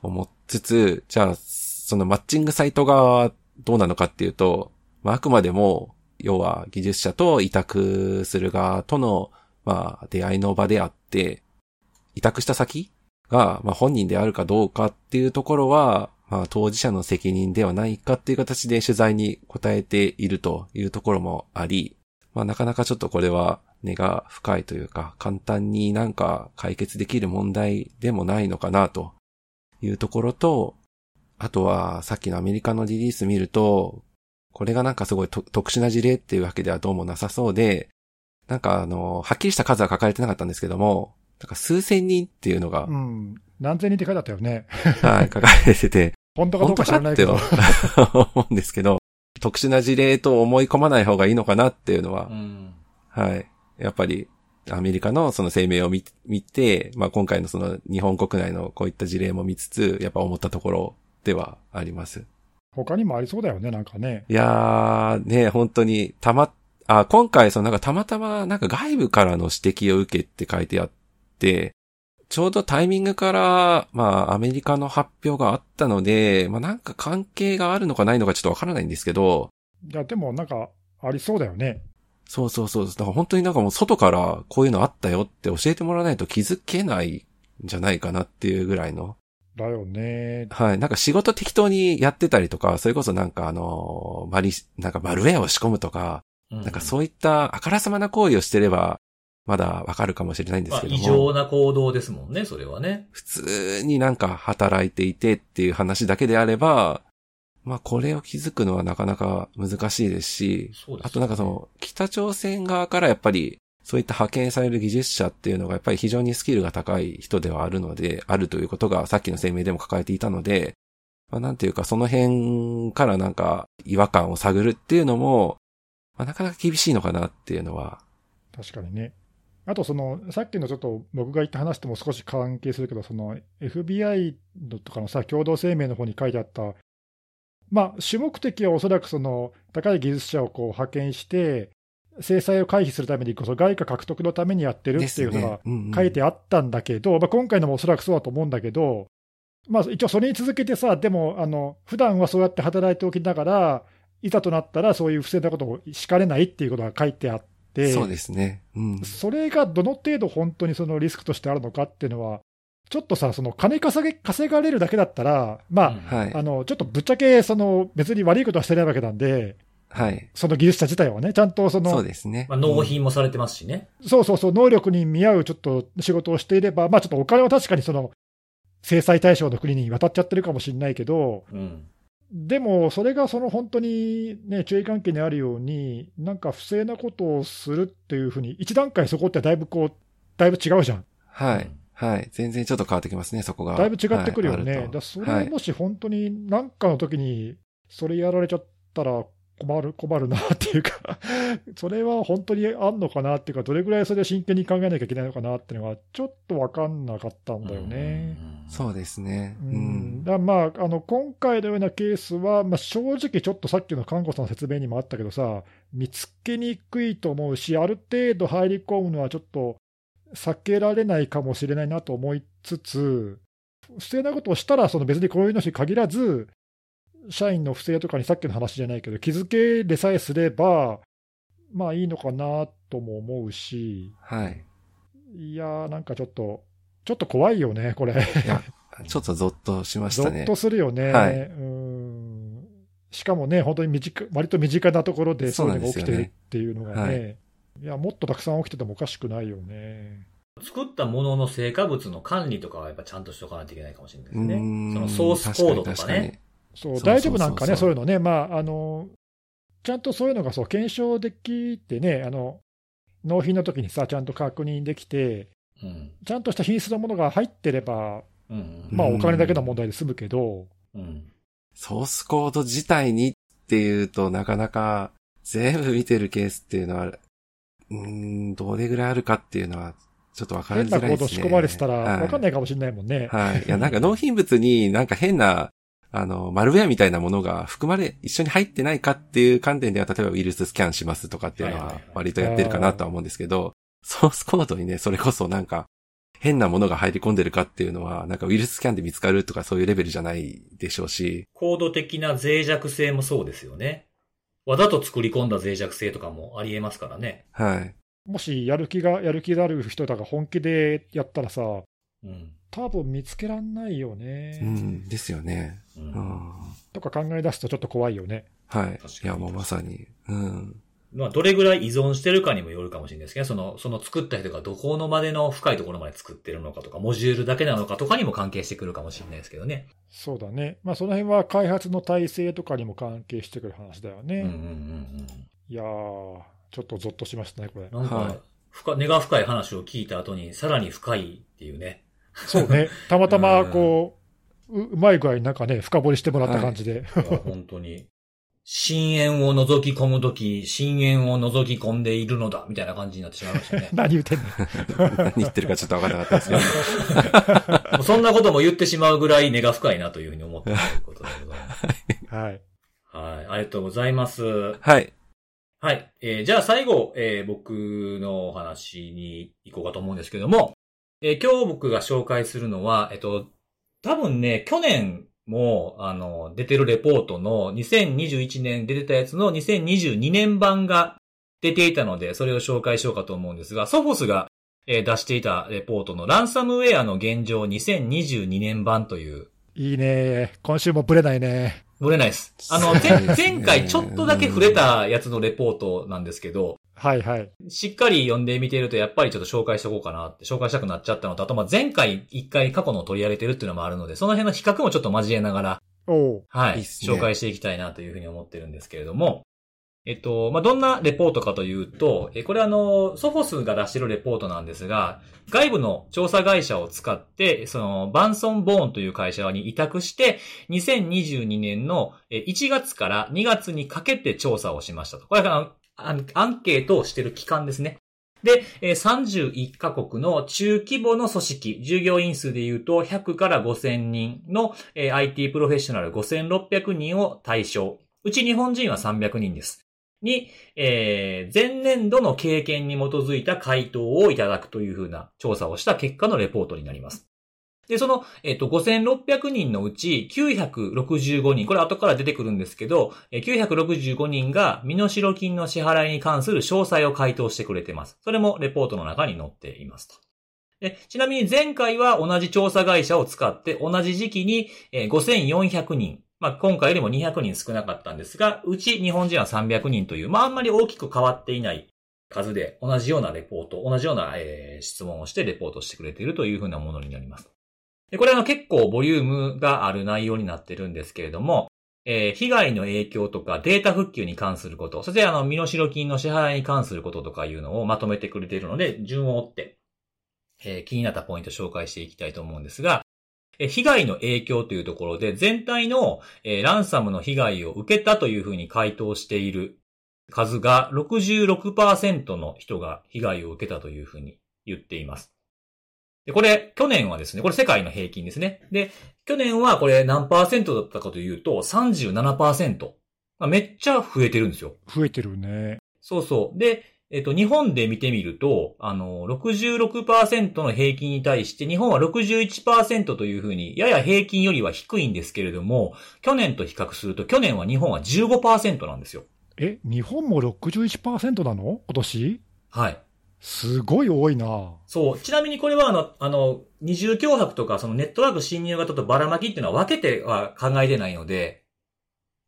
C: 思っつつ、じゃあ、そのマッチングサイト側はどうなのかっていうと、まあ、あくまでも、要は技術者と委託する側との、まあ、出会いの場であって、委託した先が、まあ、本人であるかどうかっていうところは、まあ、当事者の責任ではないかっていう形で取材に答えているというところもあり、まあ、なかなかちょっとこれは根が深いというか、簡単になんか解決できる問題でもないのかなというところと、あとはさっきのアメリカのリリース見ると、これがなんかすごいと特殊な事例っていうわけではどうもなさそうで、なんかあの、はっきりした数は書かれてなかったんですけども、なんか数千人っていうのが、
B: うん、何千人って書いてあったよね、
C: はい、書かれてて、
B: 本当かど
C: 本
B: うか
C: 当
B: 知ら
C: か
B: な
C: っ
B: い
C: て
B: けど
C: 思、うんですけど、特殊な事例と思い込まない方がいいのかなっていうのは
A: うん。
C: はい。やっぱり、アメリカのその声明を見見て、まあ今回のその日本国内のこういった事例も見つつ、やっぱ思ったところではあります。
B: 他にもありそうだよね、なんかね。
C: いやー、ね、本当に、たま、あ、今回そのなんかたまたまなんか外部からの指摘を受けって書いてあって、ちょうどタイミングから、まあアメリカの発表があったので、まあなんか関係があるのかないのかちょっとわからないんですけど、
B: いや、でもなんか、ありそうだよね。
C: そうそうそう。だから本当になんかもう外からこういうのあったよって教えてもらわないと気づけないんじゃないかなっていうぐらいの。
B: だよね。
C: はい。なんか仕事適当にやってたりとか、それこそなんかあの、マリ、なんかマルウェアを仕込むとか、
A: な
C: なんかそういったあからさまな行為をしてれば、まだわかるかもしれないんですけど
A: 異
C: も。
A: 常な行動ですもんね、それはね。
C: 普通になんか働いていてっていう話だけであれば、まあこれを気づくのはなかなか難しいですし、
A: そうです、
C: あとなんかそ、の、北朝鮮側からやっぱり、そういった派遣される技術者っていうのがやっぱり非常にスキルが高い人ではあるので、あるということがさっきの声明でも書かれていたので、まあ、なんていうか、その辺からなんか違和感を探るっていうのも、まあ、なかなか厳しいのかなっていうのは。
B: 確かにね。あとその、さっきのちょっと僕が言った話とも少し関係するけど、その FBI のとかのさ、共同声明の方に書いてあった、まあ、主目的はおそらくその、高い技術者をこう派遣して、制裁を回避するために、こそ外貨獲得のためにやってるっていうのが書いて
C: あ
B: あったんだけど、まあ、今回のもおそらくそうだと思うんだけど、まあ、一応それに続けてさ、でも、あの普段はそうやって働いておきながら、いざとなったらそういう不正なことをしかれないっていうことが書いてあって、
C: そうですね。うん。
B: それがどの程度本当にそのリスクとしてあるのかっていうのは、ちょっとさ、その金稼げ稼がれるだけだったら、ま
C: は
B: あ、
C: い。
B: あのちょっとぶっちゃけその別に悪いことはしてないわけなんで、
C: はい。
B: その技術者自体はね、ちゃんとその
C: そうですね。
A: まあ、納品もされてますしね。
B: そうそうそう、能力に見合うちょっと仕事をしていれば、まあ、ちょっとお金は確かにその制裁対象の国に渡っちゃってるかもしれないけど、
A: うん。
B: でもそれがその本当に、ね、注意関係にあるように、なんか不正なことをするっていうふうに、一段階そこってだいぶこう、だいぶ違うじゃん、
C: はい。はい。全然ちょっと変わってきますね、そこが。
B: だいぶ違ってくるよね、
C: はい
B: だ
C: あと
B: からそ
C: は
B: れ
C: い
B: もし本当になんかの時に、それやられちゃったら困る、 困るなっていうか、 それは本当にあんのかなっていうか、どれぐらいそれを真剣に考えなきゃいけないのかなっていうのは、ちょっと分かんなかったんだよね。
A: うん。
C: そうですね。
B: う
C: うんん。
B: だからまあ、あの今回のようなケースは、まあ、正直、ちょっとさっきの看護師さんの説明にもあったけどさ、見つけにくいと思うし、ある程度入り込むのはちょっと避けられないかもしれないなと思いつつ、不正なことをしたら、その別にこういうのに限らず、社員の不正とかにさっきの話じゃないけど、気づけでさえすれば、まあいいのかなとも思うし、
C: はい。
B: いやー、なんかちょっと、ちょっと怖いよね、これ。
C: ちょっとゾッとしまし
B: ゾ
C: た
B: ッ
C: ね
B: と。するよね、
C: はい
B: うんしかもね、本当に短い割と身近なところでそういうのが起きてるっていうのがね、
C: そうなんですよ
B: いやもっとたくさん起きててもおかしくないよね。
A: 作ったものの成果物の管理とかはやっぱちゃんとしとかないといけないかもしれないです
C: う
A: ね。
C: ん
A: そのソースコードとか
C: 確に確
A: ね。
C: に
B: そう
C: そうそう
B: 大丈夫なんかね、
C: そ
B: そう
C: そう
B: ういうのね、まああの、ちゃんとそういうのがそう検証できてねあの、納品の時にさ、ちゃんと確認できて、
A: うん。
B: ちゃんとした品質のものが入ってれば、
A: うん。
B: まあ、
C: うん
B: お金だけの問題で済むけど、
A: うん。
C: ソースコード自体にっていうとなかなか全部見てるケースっていうのは、うーん、どれぐらいあるかっていうのはちょっとわかり
B: 変
C: づら
B: ない
C: です
B: 行動
C: ね。
B: 仕込まれてたら、わかん
C: ない。
B: ないかもしれないもんね。
C: はい。いや、なんか納品物になんか変な、あの、マルウェアみたいなものが含まれ、一緒に入ってないかっていう観点では、例えばウイルススキャンしますとかっていうの
A: はいは
C: はい
A: はい
C: 割とやってるかなとは思うんですけど、ソースコードにね、それこそなんか変なものが入り込んでるかっていうのは、なんかウイルススキャンで見つかるとかそういうレベルじゃないでしょうし、
A: 高度的な脆弱性もそうですよね。わざと作り込んだ脆弱性とかもありえますからね。
C: はい。
B: もしやる気が、やる気がある人だが本気でやったらさ、
A: うん。
B: 多分見つけらんないよね。
C: うん、ですよね。
A: う。
C: うんん、
B: とか考え出すとちょっと怖いよね。
C: はい
A: かに。
C: いや、もうまさに。うん。
A: まあ、どれぐらい依存してるかにもよるかもしれないですけど、その、その作った人がどこのまでの深いところまで作ってるのかとか、モジュールだけなのかとかにも関係してくるかもしれないですけどね。
B: そうだね。まあその辺は開発の体制とかにも関係してくる話だよ
A: う
B: ね。
A: んうんうん
B: いやー、ちょっとゾッとしましたね、これ
A: う。ん。なん
C: はい
A: か、深、根が深い話を聞いた後に、さらに深いっていう ね。
B: そうね。たまたまこう、ううまい具合になんかね、深掘りしてもらった感じで。。
A: いや本当に。深淵を覗き込むとき、深淵を覗き込んでいるのだ、みたいな感じになってしまいましたね
B: 何言ってんの
C: 何言ってるかちょっとわからなかったです
A: もうそんなことも言ってしまうぐらい根が深いなというふうに思ったということでございます。
B: はい。
A: はい、ありがとうございます。
C: けど。はい。
A: はい。えーじゃあ最後、えー僕のお話に行こうかと思うんですけども、えー今日僕が紹介するのは、えっと、多分ね、去年も、あの、出てるレポートの2021年出てたやつの2022年版が出ていたので、それを紹介しようかと思うんですが、ソフォスが、えー出していたレポートのランサムウェアの現状2022年版という、
B: いいね。今週もブレないね。
A: 漏れないです。あの、
C: そうですね
A: 前前回ちょっとだけ触れたやつのレポートなんですけど、
B: はいはい。
A: しっかり読んでみていると、やっぱりちょっと紹介しておこうかなって、紹介したくなっちゃったのと、あとまあ前回一回過去のを取り上げてるっていうのもあるので、その辺の比較もちょっと交えながら、
B: おう。
A: はい、
C: いいっすね
A: 紹介していきたいなというふうに思ってるんですけれども、えっと、まあ、どんなレポートかというと、え、これあの、ソフォスが出してるレポートなんですが、外部の調査会社を使って、その、バンソン・ボーンという会社に委託して、2022年のえ1月から2月にかけて調査をしましたと。これがあのアンケートをしてる期間ですね。で、えー31カ国の中規模の組織、従業員数で言うと100から5000人のえー IT プロフェッショナル5600人を対象。うち日本人は300人です。に、えー前年度の経験に基づいた回答をいただくというふうな調査をした結果のレポートになります。で、その、えっ、と、5600人のうち965人、これ後から出てくるんですけど、えー965人が身代金の支払いに関する詳細を回答してくれてます。それもレポートの中に載っていますと。でちなみに前回は同じ調査会社を使って同じ時期にえー5400人。まあ、今回よりも200人少なかったんですが、うち日本人は300人という、まあ、あんまり大きく変わっていない数で、同じようなレポート、同じような、えー質問をしてレポートしてくれているというふうなものになります。で、これはあの結構ボリュームがある内容になってるんですけれども、えー被害の影響とかデータ復旧に関すること、そしてあの、身代金の支払いに関することとかいうのをまとめてくれているので、順を追って、えー気になったポイント紹介していきたいと思うんですが、えー被害の影響というところで、全体の、えーランサムの被害を受けたというふうに回答している数が66%の人が被害を受けたというふうに言っています。で、これ、去年はですね、これ世界の平均ですね。で、去年はこれ何パーセントだったかというと37%。まあ、めっちゃ増えてるんですよ。
B: 増えてるね。
A: そうそう。で、えっと、日本で見てみると、あの、66%の平均に対して、日本は61%というふうに、やや平均よりは低いんですけれども、去年と比較すると、去年は日本は15%なんですよ。
B: え、日本も61%なの今年
A: はい。
B: すごい多いな。
A: そう。ちなみにこれはあの、あの、二重脅迫とか、そのネットワーク侵入型とばらまきっていうのは分けては考えてないので、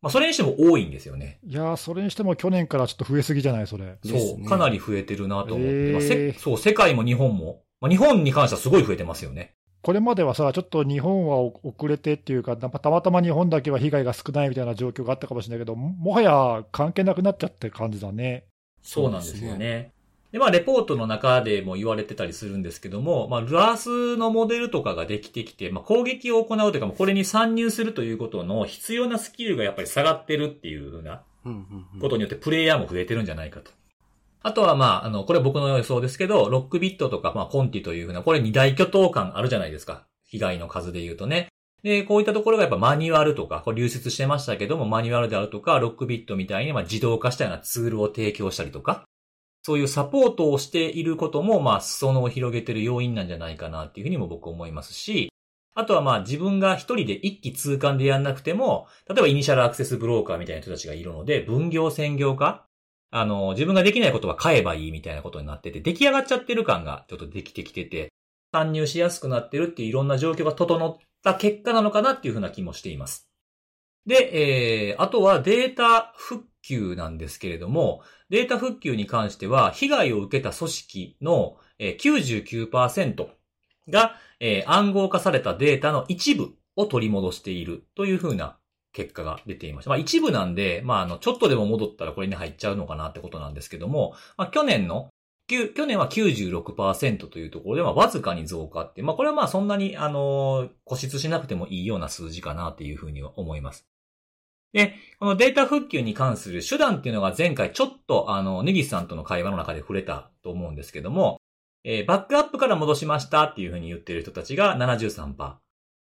A: まあ、それにしても多いんですよね。
B: いやー、それにしても去年からちょっと増えすぎじゃない、それ。
C: で
A: そ
C: す
A: う。
C: ね
A: かなり増えてるなと思って、まあ
B: へ
A: せ
B: ー
A: そう、世界も日本も。まあ、日本に関してはすごい増えてますよね。
B: これまではさ、ちょっと日本はお遅れてっていうか、たまたまたま日本だけは被害が少ないみたいな状況があったかもしれないけど、ももはや関係なくなっちゃって感じだね。
A: そうなんですよね。で、まあ、レポートの中でも言われてたりするんですけども、まあ、ルアースのモデルとかができてきて、まあ、攻撃を行うというか、もうこれに参入するということの必要なスキルがやっぱり下がってるっていうふうな
C: うんうんうん
A: ことによってプレイヤーも増えてるんじゃないかと。あとは、まあ、あの、これは僕の予想ですけど、ロックビットとか、まあ、コンティというふうな、これ二大巨頭感あるじゃないですか。被害の数で言うとね。で、こういったところがやっぱマニュアルとか、これ流出してましたけども、マニュアルであるとか、ロックビットみたいに、まあ、自動化したようなツールを提供したりとか、そういうサポートをしていることも、まあ、裾野を広げてる要因なんじゃないかなっていうふうにも僕思いますし、あとはまあ自分が一人で一気通貫でやんなくても、例えばイニシャルアクセスブローカーみたいな人たちがいるので、分業専業化あの、自分ができないことは買えばいいみたいなことになってて、出来上がっちゃってる感がちょっとできてきてて、参入しやすくなってるっていういろんな状況が整った結果なのかなっていうふうな気もしています。で、えー、あとはデータ復旧なんですけれども、データ復旧に関しては、被害を受けた組織のえー99%が、えー暗号化されたデータの一部を取り戻しているというふうな結果が出ていました。まあ一部なんで、まああの、ちょっとでも戻ったらこれに入っちゃうのかなってことなんですけども、まあ去年の、きゅ去年は96%というところで、まあわずかに増加って、まあこれはまあそんなに、あのー固執しなくてもいいような数字かなっていうふうには思います。で、このデータ復旧に関する手段っていうのが前回ちょっとあの、ネギスさんとの会話の中で触れたと思うんですけども、えーバックアップから戻しましたっていうふうに言ってる人たちが73%。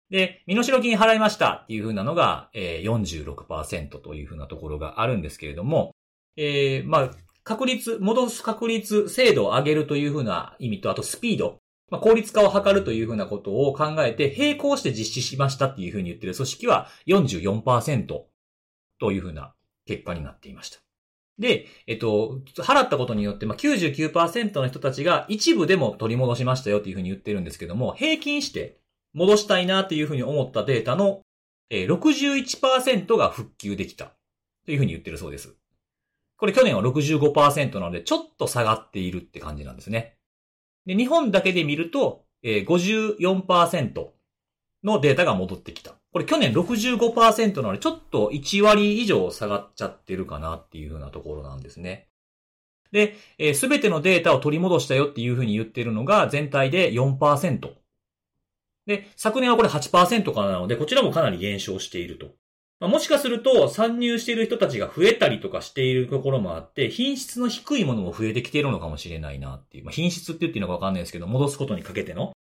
A: で、身代金払いましたっていう風なのが、えー、46%という風なところがあるんですけれども、えーまあ、確率、戻す確率、精度を上げるという風な意味と、あとスピード、まあ、効率化を図るという風なことを考えて、並行して実施しましたっていう風に言ってる組織は44%という風な結果になっていました。で、えっと、払ったことによって、まあ、99%の人たちが一部でも取り戻しましたよっていう風に言ってるんですけども、平均して戻したいなっていうふうに思ったデータの、えー61%が復旧できた。というふうに言ってるそうです。これ去年は65%なので、ちょっと下がっているって感じなんですね。で、日本だけで見ると、えー、54%のデータが戻ってきた。ここれ去年65%なので、ちょっと1割以上下がっちゃってるかなっていうふうなところなんですね。で、す、えー、べ、てのデータを取り戻したよっていうふうに言ってるのが全体で4%。で、昨年はこれ8%からなので、こちらもかなり減少していると。まあ、もしかすると、参入している人たちが増えたりとかしているところもあって、品質の低いものも増えてきているのかもしれないなっていう。まあ、品質って言っていいのかわかんないですけど、戻すことにかけての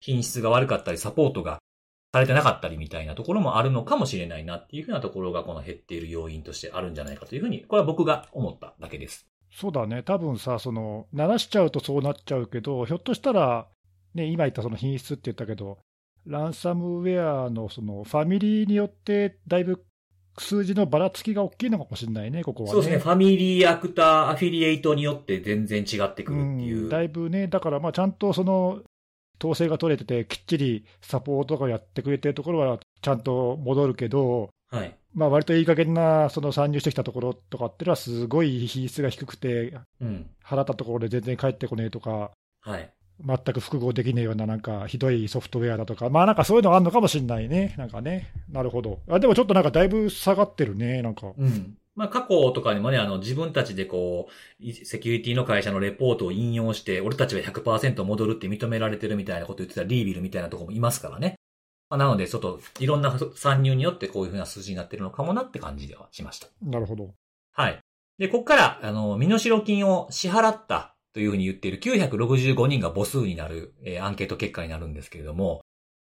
A: 品質が悪かったり、サポートがされてなかったりみたいなところもあるのかもしれないなっていうふうなところが、この減っている要因としてあるんじゃないかというふうに、これは僕が思っただけです。
B: そうだね、多分さ、その、鳴らしちゃうとそうなっちゃうけど、ひょっとしたら、ね、今言ったその品質って言ったけど、ランサムウェアのそのファミリーによって、だいぶ数字のばらつきが大きいのかもしれないね、ここは、ね、、
A: そうですね、ファミリー、アクター、アフィリエイトによって全然違ってくるっていう。うん
B: だいぶね、だからまあちゃんとその統制が取れてて、きっちりサポートとかやってくれてるところはちゃんと戻るけど、
A: はい。
B: まあ割といい加減なそな参入してきたところとかっていうのは、すごい品質が低くて、
A: うん、
B: 払ったところで全然返ってこねえとか、
A: はい、
B: 全く複合できねえような、なんかひどいソフトウェアだとか、まあなんかそういうのがあるのかもしれないね、なんかね、なるほど。あでもちょっとなんかだいぶ下がってるね、なんか。
A: うんまあ、過去とかにもね、あの、自分たちでこう、セキュリティの会社のレポートを引用して、俺たちは100%戻るって認められてるみたいなこと言ってたリービルみたいなとこもいますからね。まあ、なので、ちょっと、いろんな参入によってこういうふうな数字になってるのかもなって感じではしました。
B: なるほど。
A: はい。で、こっから、あの、身代金を支払ったというふうに言っている965人が母数になる、えー、アンケート結果になるんですけれども、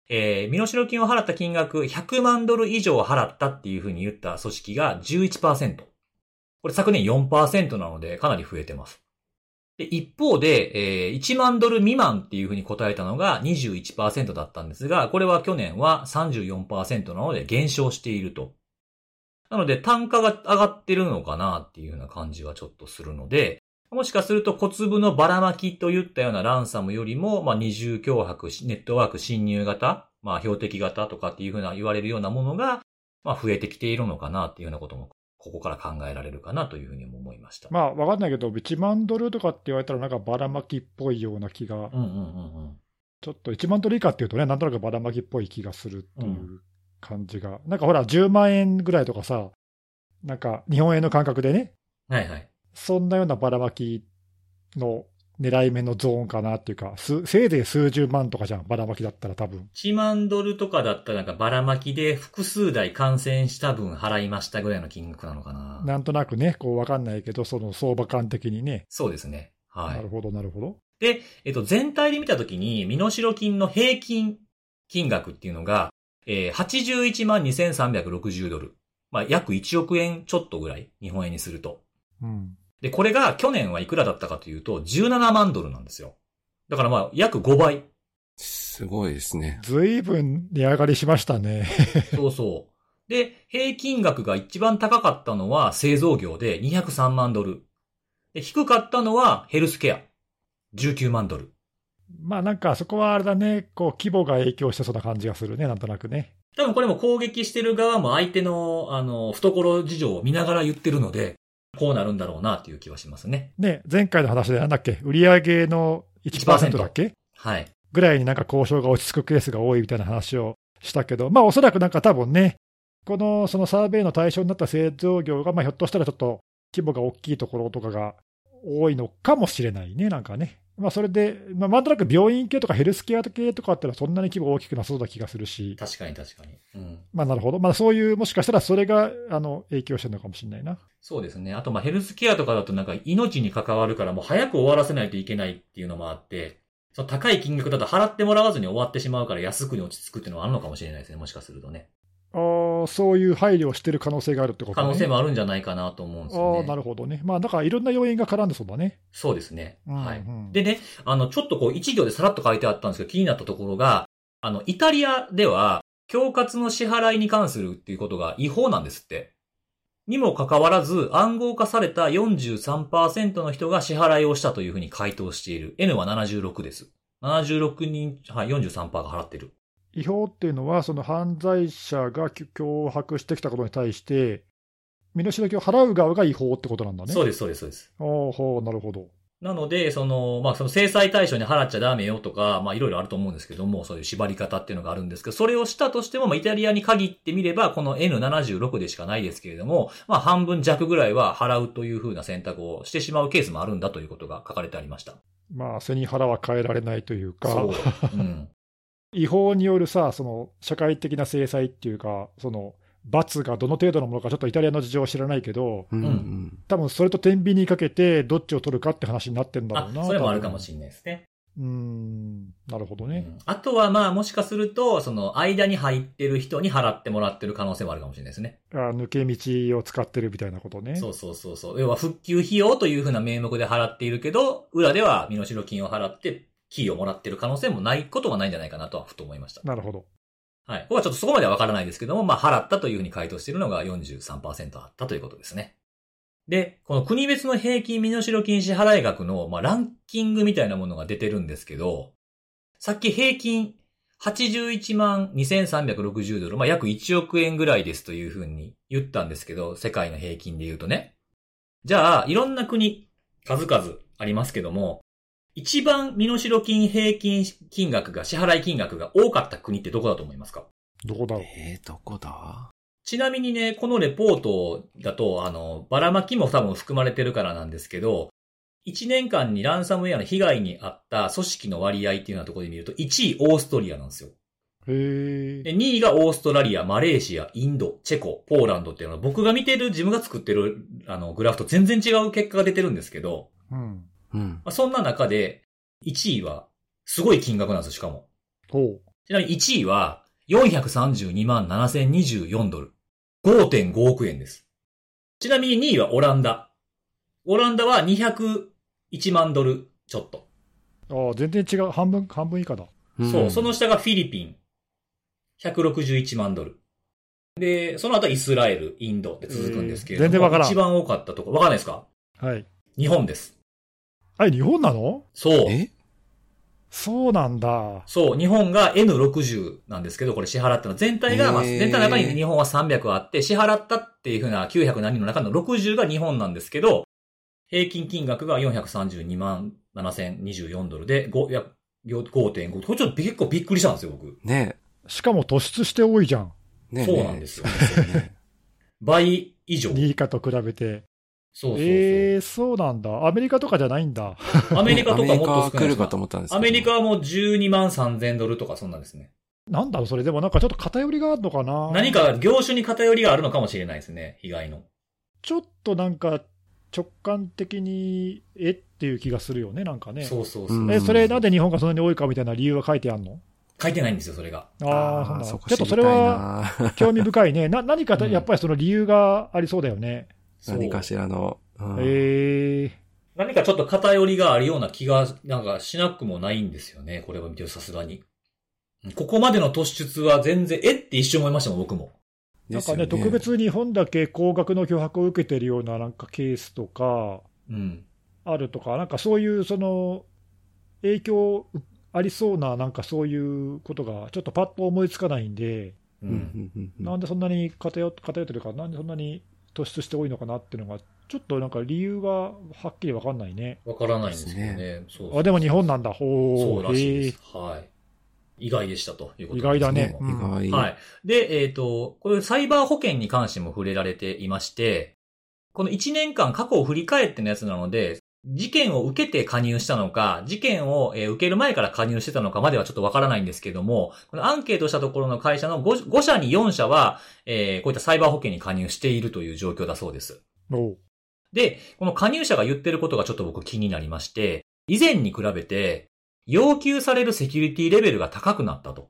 A: えー、身代金を払った金額100万ドル以上払ったっていうふうに言った組織が11%。これ昨年4%なのでかなり増えてます。で、一方で、えー、1万ドル未満っていうふうに答えたのが21%だったんですが、これは去年は34%なので減少していると。なので単価が上がってるのかなっていうふうな感じはちょっとするので、もしかすると小粒のばらまきといったようなランサムよりも、まあ、二重脅迫、ネットワーク侵入型、まあ、標的型とかっていうふうな言われるようなものが、まあ、増えてきているのかなっていうようなことも、ここから考えられるかなというふうに思いました。
B: まあ、わかんないけど、1万ドルとかって言われたらなんかばらまきっぽいような気が。うん
A: うんうんうん。
B: ちょっと1万ドル以下っていうとね、なんとなくばらまきっぽい気がするっていう感じが。うん、なんかほら、10万円ぐらいとかさ、なんか日本円の感覚でね。
A: はいはい。
B: そんなようなばらまきの狙い目のゾーンかなっていうか、せいぜい数十万とかじゃん、ばらまきだったら多分。
A: 1万ドルとかだったらなんかばらまきで複数台感染した分払いましたぐらいの金額なのかな。
B: なんとなくね、こうわかんないけど、その相場感的にね。
A: そうですね。はい。
B: なるほど、なるほど。
A: で、えっと、全体で見たときに、身代金の平均金額っていうのが、えー、81万2360ドル。まあ、約1億円ちょっとぐらい、日本円にすると。
B: うん。
A: で、これが去年はいくらだったかというと、17万ドルなんですよ。だからまあ、約5倍。
C: すごいですね。
B: ずいぶん値上がりしましたね。
A: そうそう。で、平均額が一番高かったのは製造業で203万ドル。で低かったのはヘルスケア。19万ドル。
B: まあなんかそこはあれだね、こう規模が影響してそうな感じがするね、なんとなくね。
A: 多分これも攻撃してる側も相手の、あの、懐事情を見ながら言ってるので、こうなるんだろうなという気はしますね。
B: ね、前回の話でなんだっけ、売上の1%だっけ
A: はい。
B: ぐらいになんか交渉が落ち着くケースが多いみたいな話をしたけど、まあおそらくなんか多分ね、この、そのサーベイの対象になった製造業が、まあひょっとしたらちょっと規模が大きいところとかが多いのかもしれないね、なんかね。まあそれで、まあなんとなく病院系とかヘルスケア系とかあったらそんなに規模大きくなそうな気がするし。
A: 確かに確かに。うん。
B: まあなるほど。まあそういう、もしかしたらそれが、あの、影響してるのかもしれないな。
A: そうですね。あとまあヘルスケアとかだとなんか命に関わるからもう早く終わらせないといけないっていうのもあって、その高い金額だと払ってもらわずに終わってしまうから安くに落ち着くっていうのはあるのかもしれないですね。もしかするとね。
B: あそういう配慮をしてる可能性があるってこと、
A: ね、可能性もあるんじゃないかなと思うんですよね。
B: ああ、なるほどね。まあ、だからいろんな要因が絡んでそうだね。
A: そうですね。
B: うんうん、
A: はい。でね、あの、ちょっとこう、一行でさらっと書いてあったんですけど、気になったところが、あの、イタリアでは、恐喝の支払いに関するっていうことが違法なんですって。にもかかわらず、暗号化された43%の人が支払いをしたというふうに回答している。N は76です。76人、はい、43%が払ってる。
B: 違法っていうのは、その犯罪者が脅迫してきたことに対して、身代金を払う側が違法ってことなんだね。
A: そうです、そうです、そうです。
B: おおなるほど。
A: なので、その、まあ、その制裁対象に払っちゃダメよとか、まあ、いろいろあると思うんですけども、そういう縛り方っていうのがあるんですけど、それをしたとしても、まあ、イタリアに限ってみれば、この N76 でしかないですけれども、まあ、半分弱ぐらいは払うというふうな選択をしてしまうケースもあるんだということが書かれてありました。
B: まあ、背に腹は変えられないというか、
A: そう。うん。
B: 違法によるさ、その社会的な制裁っていうか、その罰がどの程度のものか、ちょっとイタリアの事情は知らないけど、
C: うんんうん。
B: 多分それと天秤にかけて、どっちを取るかって話に なってんだろ
A: あ
B: うな、、
A: それもあるかもしれないですね。
B: れない。うーん、なるほど
A: う
B: ね。
A: んあとは、まあ、もしかすると、その、間に入ってる人に払ってもらってる可能性もあるかもしれないですね。
B: あ抜け道を使ってるみたいなことね。
A: そうそうそうそう。要は復旧費用というふうな名目で払っているけど、裏では身代金を払って、キーをもらっている可能性もないことはないんじゃないかなとはふと思いました。
B: なるほど。
A: はい。ここはちょっとそこまではわからないですけども、まあ払ったというふうに回答しているのが43%あったということですね。で、この国別の平均身代金支払額の、まあ、ランキングみたいなものが出てるんですけど、さっき平均81万2360ドル、まあ、約1億円ぐらいですというふうに言ったんですけど、世界の平均で言うとね。じゃあ、いろんな国、数々ありますけども、一番身代金平均金額が、支払い金額が多かった国ってどこだと思いますか
B: どこだろう。
C: えー、どこだ
A: ちなみにね、このレポートだと、あの、ばらまきも多分含まれてるからなんですけど、1年間にランサムウェアの被害に遭った組織の割合っていうようなところで見ると、1位オーストリアなんですよ。
B: へえ。
A: で、2位がオーストラリア、マレーシア、インド、チェコ、ポーランドっていうのは、僕が見てる、自分が作ってる、あの、グラフと全然違う結果が出てるんですけど、
B: うん。
C: うん。
A: まあ、そんな中で、1位は、すごい金額なんですよ、しかも。
B: ほう。
A: ちなみに1位は、432万7024ドル。5.5億円です。ちなみに2位はオランダ。オランダは201万ドルちょっと。
B: ああ、全然違う。半分、半分以下だ。
A: そう、その下がフィリピン。161万ドル。で、その後はイスラエル、インドって続くんですけれども。
B: うん全然わからん
A: 一番多かったところ。わかんないですか
B: はい。
A: 日本です。
B: あれ、日本なの
A: そう。
C: え
B: そうなんだ。
A: そう、日本が N60 なんですけど、これ支払ったの。全体が、まあ、
C: へー
A: 全体の中に日本は300あって、支払ったっていうふうな900何人の中の60が日本なんですけど、平均金額が432万7024ドルで、5約5.5。これちょっと結構びっくりしたんですよ、僕。
C: ね
B: しかも突出して多いじゃん。
C: え。ねえ。
A: そうなんですよ
C: ねえそうですよね。
A: 倍以 上。そう
B: 2以下と比べて。
A: そうそう。
B: ええー、そうなんだ。アメリカとかじゃないんだ。
A: アメリカとかもっと少
C: アメリカ来
A: ないで
C: る
A: すか
C: かと思ったんですけど
A: アメリカはもう12万3000ドルとかそんなんですね。
B: なんだろう、それ。でもなんかちょっと偏りがあるのかな。
A: 何か業種に偏りがあるのかもしれないですね、被害の。
B: ちょっとなんか直感的に、えっていう気がするよね、なんかね。
A: そうそうそう。
C: うん
B: え、それなんで日本がそんなに多いかみたいな理由は書いてあんの
A: 書いてないんですよ、それが。
B: ああ、そうなんだ。
C: そこ
B: ちょっとそれは
C: 知りたいな
B: 興味深いね。 な、何かた
A: うん
B: やっぱりその理由がありそうだよね。
A: そう
C: 何かしらの。うん
B: ええー。
A: 何かちょっと偏りがあるような気が、なんかしなくもないんですよね。これは見てるさすがに。ここまでの突出は全然、えって一瞬思いましたもん、僕も。
B: な
C: で
B: ん
C: す
B: か
C: よ
B: ね、特別日本だけ高額の脅迫を受けてるようななんかケースとか、
A: うん。
B: あるとか、なんかそういうその影響ありそうな、なんかそういうことが、ちょっとパッと思いつかないんで、
A: う。
C: うんうんんうんうん
B: なんでそんなに偏偏ってるか、なんでそんなに突出して多いのかなっていうのが、ちょっとなんか理由がはっきり分かんないね。
A: わからないんですけどね。そうそ
B: あ
A: う
B: でも日本なんだ、
A: そ
B: ほ
A: う
B: う
A: らしいです。はい。意外でしたということです
B: 意外だね
C: 意外。
A: はい。で、えっ、と、これサイバー保険に関しても触れられていまして、この1年間過去を振り返ってのやつなので、事件を受けて加入したのか、事件をえー受ける前から加入してたのかまではちょっとわからないんですけども、このアンケートしたところの会社の 5, 5社に4社は、えーこういったサイバー保険に加入しているという状況だそうです。
B: おう
A: で、この加入者が言ってることがちょっと僕気になりまして、以前に比べて、要求されるセキュリティレベルが高くなったと。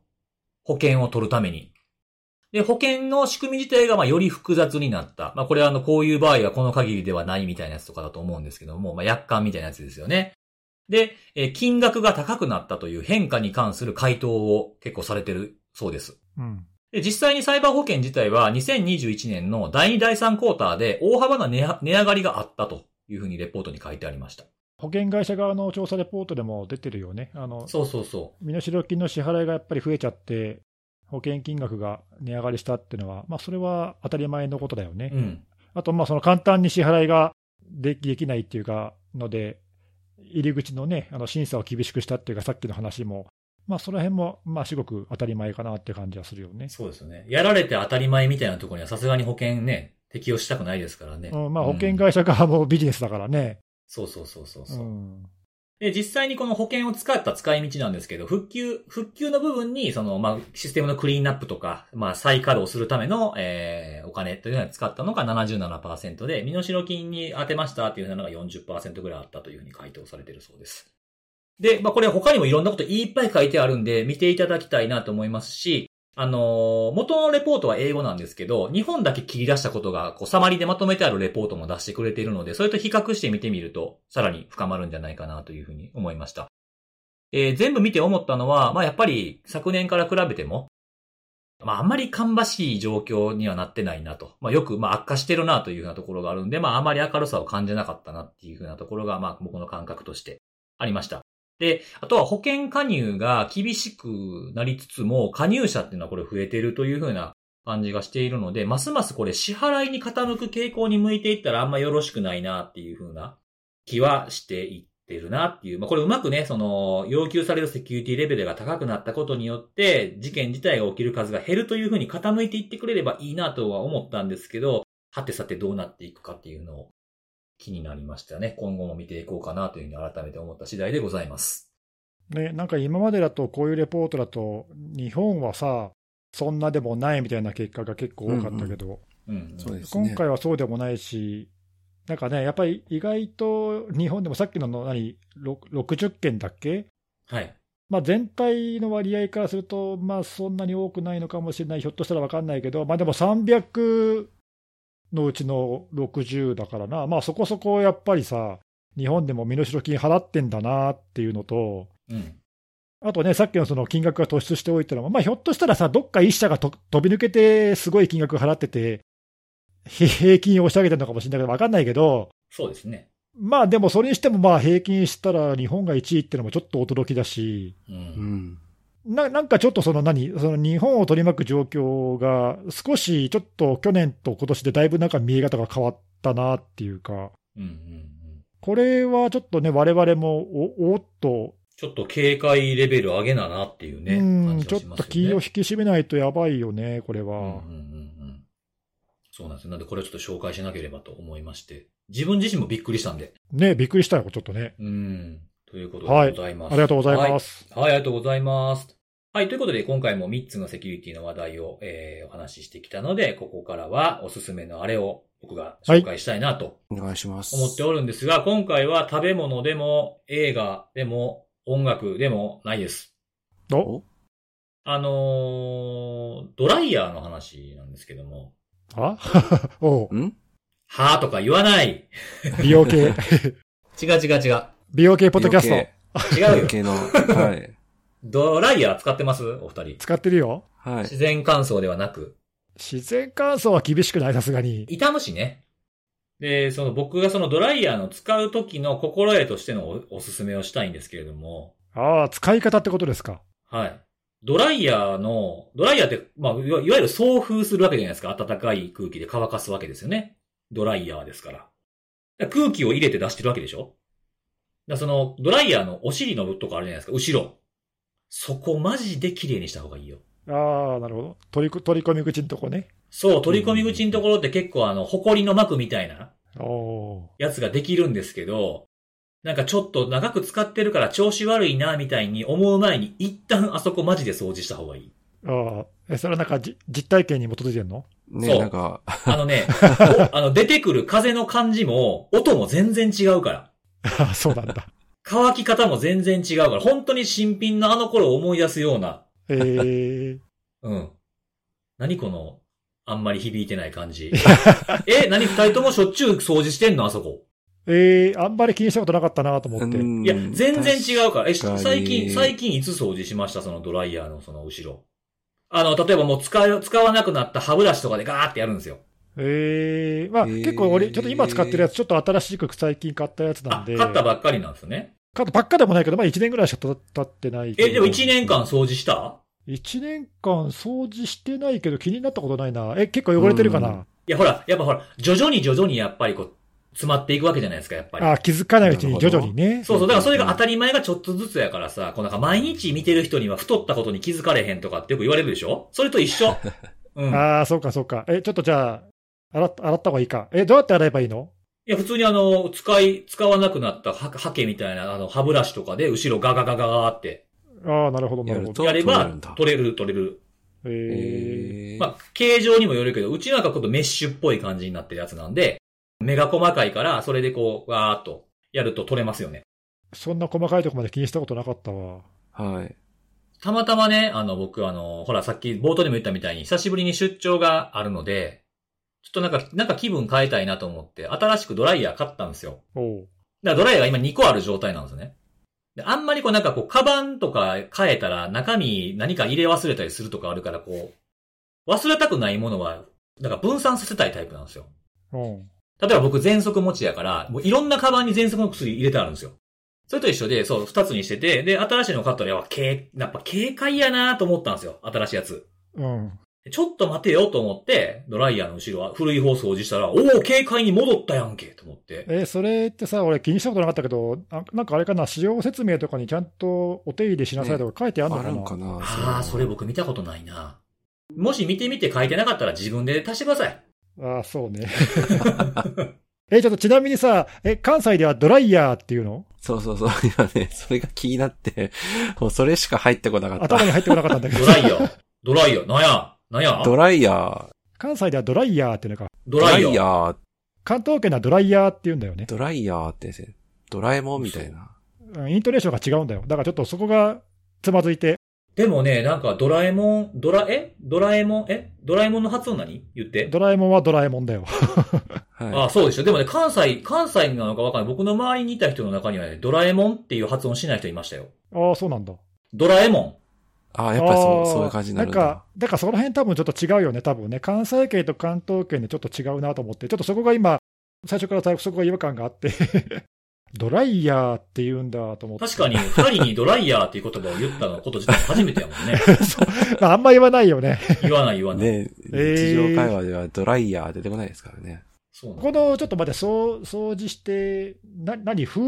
A: 保険を取るために。で、保険の仕組み自体がまあより複雑になった。まあこれはあの、こういう場合はこの限りではないみたいなやつとかだと思うんですけども、まあ約款みたいなやつですよね。で、えー金額が高くなったという変化に関する回答を結構されてるそうです。
B: うん、
A: で、実際にサイバー保険自体は2021年の第2、第3クォーターで大幅な値上値上がりがあったというふうにレポートに書いてありました。
B: 保険会社側の調査レポートでも出てるよね。あの
A: そうそうそ
B: 身代金の支払いがやっぱり増えちゃって、保険金額が値上がりしたっていうのは、まあ、それは当たり前のことだよね。
A: う。うん。
B: あと、まあその簡単に支払いができできないっていうか、ので、入り口のね、あの審査を厳しくしたっていうか、さっきの話も、まあ、その辺も、まあ、すごく当たり前かなって感じはするよね。
A: そうですよね。やられて当たり前みたいなところにはさすがに保険ね、適用したくないですからね。
B: うん、まあ、保険会社側もビジネスだからね。
A: そうそうそうそう
B: う
A: そう、
B: ん。
A: で、実際にこの保険を使った使い道なんですけど、復旧、復旧の部分に、その、まあ、システムのクリーンアップとか、まあ、再稼働するための、えー、お金というのを使ったのが77%で、身代金に当てましたっていうのが40%ぐらいあったというふうに回答されているそうです。で、まあ、これ他にもいろんなこといっぱい書いてあるんで、見ていただきたいなと思いますし、あのー元のレポートは英語なんですけど、日本だけ切り出したことが、こう、サマリーでまとめてあるレポートも出してくれているので、それと比較して見てみると、さらに深まるんじゃないかなというふうに思いました。えー全部見て思ったのは、まあ、やっぱり昨年から比べても、まあ、あんまり芳しい状況にはなってないなと。まあ、よく、まあ、悪化してるなというふうなところがあるんで、まあ、あまり明るさを感じなかったなっていうふうなところが、まあ、僕の感覚としてありました。で、あとは保険加入が厳しくなりつつも、加入者っていうのはこれ増えてるというふうな感じがしているので、ますますこれ支払いに傾く傾向に向いていったらあんまよろしくないなっていうふうな気はしていってるなっていう。まあ、これうまくね、その、要求されるセキュリティレベルが高くなったことによって、事件自体が起きる数が減るというふうに傾いていってくれればいいなとは思ったんですけど、はてさてどうなっていくかっていうのを気になりましたね。今後も見ていこうかなというふうに改めて思った次第でございます。
B: ね、なんか今までだと、こういうレポートだと、日本はさ、そんなでもないみたいな結果が結構多かったけど、
A: うん、
C: そうですね。
B: 今回はそうでもないし、なんかね、やっぱり意外と日本でもさっきのの何、ろ60件だっけ、
A: はい。
B: まあ、全体の割合からすると、まあ、そんなに多くないのかもしれない、ひょっとしたら分かんないけど、まあ、でも300のうちの60だからな、まあ、そこそこやっぱりさ、日本でも身代金払ってんだなっていうのと、
A: うん。
B: あとね、さっきのその金額が突出しておいたのも、まあ、ひょっとしたらさ、どっか一社がと飛び抜けて、すごい金額払ってて、へ平均を押し上げてるのかもしれないけど、分かんないけど、
A: そうですね。
B: まあでもそれにしても、まあ平均したら日本が1位ってのもちょっと驚きだし、
A: う。
C: うんん。
B: ななんかちょっとその何、その日本を取り巻く状況が、少しちょっと去年と今年でだいぶなんか見え方が変わったなっていうか、
A: うんうんうん。
B: これはちょっとね、我々もおおっと
A: ちょっと警戒レベル上げななっていうね、
B: うん
A: 感じ
B: ちょ
A: が
B: っ
A: しますよね。
B: と気を引き締めないとやばいよね、これ
A: うんうん
B: は。
A: うんうん。そうなんですよ。なんでこれをちょっと紹介しなければと思いまして。自分自身もびっくりしたんで。
B: ね、びっくりしたよ、ちょっとね。
A: うん。ということ
B: はい
A: でございます。
B: ありがとうございます。
A: はい。はい、ありがとうございます。はい、ということで今回も3つのセキュリティの話題を、えーお話ししてきたので、ここからはおすすめのあれを僕が紹介したいなと
C: お願いします。
A: 思っておるんですが、今回は食べ物でも映画でも音楽でもないです。
B: お
A: あのー、ドライヤーの話なんですけども、
B: あ おう
C: うん
A: はーとか言わない
B: 美容系、
A: 違う違う違う。
B: 美容系ポッドキャスト、
A: 違うよ
C: 系。の、 はい。
A: ドライヤー使ってますお二人。
B: 使ってるよ。
C: はい
A: 自。然乾燥ではなく、
B: 自然乾燥は厳しくない、さすがに。
A: 痛むしね。で、その僕がそのドライヤーの使う時の心得としてのおおすすめをしたいんですけれども、
B: ああ、使い方ってことですか。
A: はい。ドライヤーの、ドライヤーって、まあ、いわいわゆる送風するわけじゃないですか。暖かい空気で乾かすわけですよね。ドライヤーですから。だから空気を入れて出してるわけでしょだからその、ドライヤーのお尻のとこあるじゃないですか。後ろ。そこマジで綺麗にした方がいいよ。
B: ああ、なるほど。取りこ取り込み口のとこね。
A: そう、取り込み口のところって結構あの、埃の膜みたいな
B: おお
A: やつができるんですけど、なんかちょっと長く使ってるから調子悪いな、みたいに思う前に、一旦あそこマジで掃除した方がいい。
B: ー。ああ、えそれはなんかじ実体験に基づいてんの
A: そう
C: ね、なんか、
A: あのね、おあの、出てくる風の感じも、音も全然違うから。
B: ああ、そうなんだ。
A: 乾き方も全然違うから、本当に新品のあの頃を思い出すような、
B: えー、
A: うん。何この、あんまり響いてない感じ。え、何二人ともしょっちゅう掃除してんのあそこ。
B: えー、あんまり気にしたことなかったなと思って。
A: いや、全然違うから。え、
C: 確かに
A: 最近、最近いつ掃除しましたそのドライヤーのその後ろ。あの、例えばもう使う、使わなくなった歯ブラシとかでガーってやるんですよ。
B: えー、まあ、
C: えー
B: 結構俺、ちょっと今使ってるやつ、ちょっと新しく最近買ったやつな
A: あ
B: ん、で。
A: 買ったばっかりなんですよね。
B: 買ったばっかでもないけど、まあ1年ぐらいしか経経ってないけど。
A: え、でも1年間掃除した
B: 一年間掃除してないけど気になったことないな。え、結構汚れてるかな、
C: うん
A: いや、ほら、やっぱほら、徐々に徐々にやっぱりこう、詰まっていくわけじゃないですか、やっぱり。
B: あー気づかないうちに徐々にね。
A: そうそう。だからそれが当たり前がちょっとずつやからさ、こうなんか毎日見てる人には太ったことに気づかれへんとかってよく言われるでしょそれと一緒。うん。い
B: ああ、そうか、そうか。え、ちょっとじゃあ、洗っ洗った方がいいか。え、どうやって洗えばいいの
A: や、普通にあの、使い、使わなくなったハハケみたいな、あの、歯ブラシとかで後ろガガガガガーって
B: ああ、なるほど、なる
C: や
B: ほ
C: る
B: ど。
C: と
A: やれ
C: 取れ
A: ば
C: るんだ、
A: 取れる、取れる。
B: えー
C: えー
A: まあ、形状にもよるけど、うちなんかこのメッシュっぽい感じになってるやつなんで、目が細かいから、それでこう、わーっと、やると取れますよね。
B: そんな細かいとこまで気にしたことなかったわ。
C: はい。
A: たまたまね、あの、僕、あの、ほら、さっき冒頭でも言ったみたいに、久しぶりに出張があるので、ちょっとなんか、なんか気分変えたいなと思って、新しくドライヤー買ったんですよ。
B: おう。
A: だからドライヤーが今2個ある状態なんですね。であんまりこうなんかこう、カバンとか変えたら、中身何か入れ忘れたりするとかあるから、こう、忘れたくないものは、なんか分散させたいタイプなんですよ。
B: うん。
A: 例えば僕全息持ちやから、もういろんなカバンに全息の薬入れてあるんですよ。それと一緒で、そう、二つにしてて、で、新しいの買ったら、やっぱ、軽やっぱ軽快やなと思ったんですよ。新しいやつ。
B: うん。
A: ちょっと待てよと思って、ドライヤーの後ろは古い方掃除したら、おお、軽快に戻ったやんけと思って。
B: え、それってさ、俺気にしたことなかったけど、あなんかあれかな、使用説明とかにちゃんとお手入れしなさいとか書いてあるの
C: あ
B: かな。
C: るんかな
A: ああ、それ僕見たことないなもし見てみて書いてなかったら自分で足してください。
B: ああ、そうね。 え、ちょっとちなみにさ、え、関西ではドライヤーっていうの
C: そうそう そう。今ね、それが気になって、 もうそれしか入ってこなかった。
B: 頭に入ってこなかったんだけ
A: ド
B: ど。
A: ライ ヤー。ドライヤー。なんやなんや
C: ドライヤー、
B: 関西ではドライヤーっていうのか。
A: ド
C: ド
A: ラ
C: ラ
A: イヤ
C: イヤ
A: ー。
C: ー、
B: 関東圏ではドライヤーって言うんだよね。
C: ドライヤーってねドラえもんみたいな。
B: うんイントネーションが違うんだよ。だからちょっとそこがつまずいて、
A: でもね、なんかドラえもん、ドラ、えドラえもん、えドラえもんの発音何言って。
B: ドラえもんはドラえもんだよ。
C: は
A: ああ、そうでしょ。でもね、関西、関西なのかわかんない。僕の周りにいた人の中にはね、ドラえもんっていう発音しない人いましたよ。
B: ああ、そうなんだ。
A: ドラえもん。
C: い。ああ、やっぱりそ
B: あ
C: う、
B: ー
C: そういう感じになるん
B: なん
C: だ
B: か。、だからその辺多分ちょっと違うよね、多分ね。関西圏と関東圏でちょっと違うなと思って、ちょっとそこが今、最初から最そこが違和感があって、 ドライヤーって言うんだと思って。
A: 確かに、二人にドライヤーっていう言葉を言ったのこと自体初めてやもんね。
B: まあ、あんま言わないよね。
A: 言わない言わない。
C: ね、
B: ー
C: 日常会話ではドライヤー出てこないですからね。
A: そうなの
B: このちょっと待って、掃掃除して、な、何風、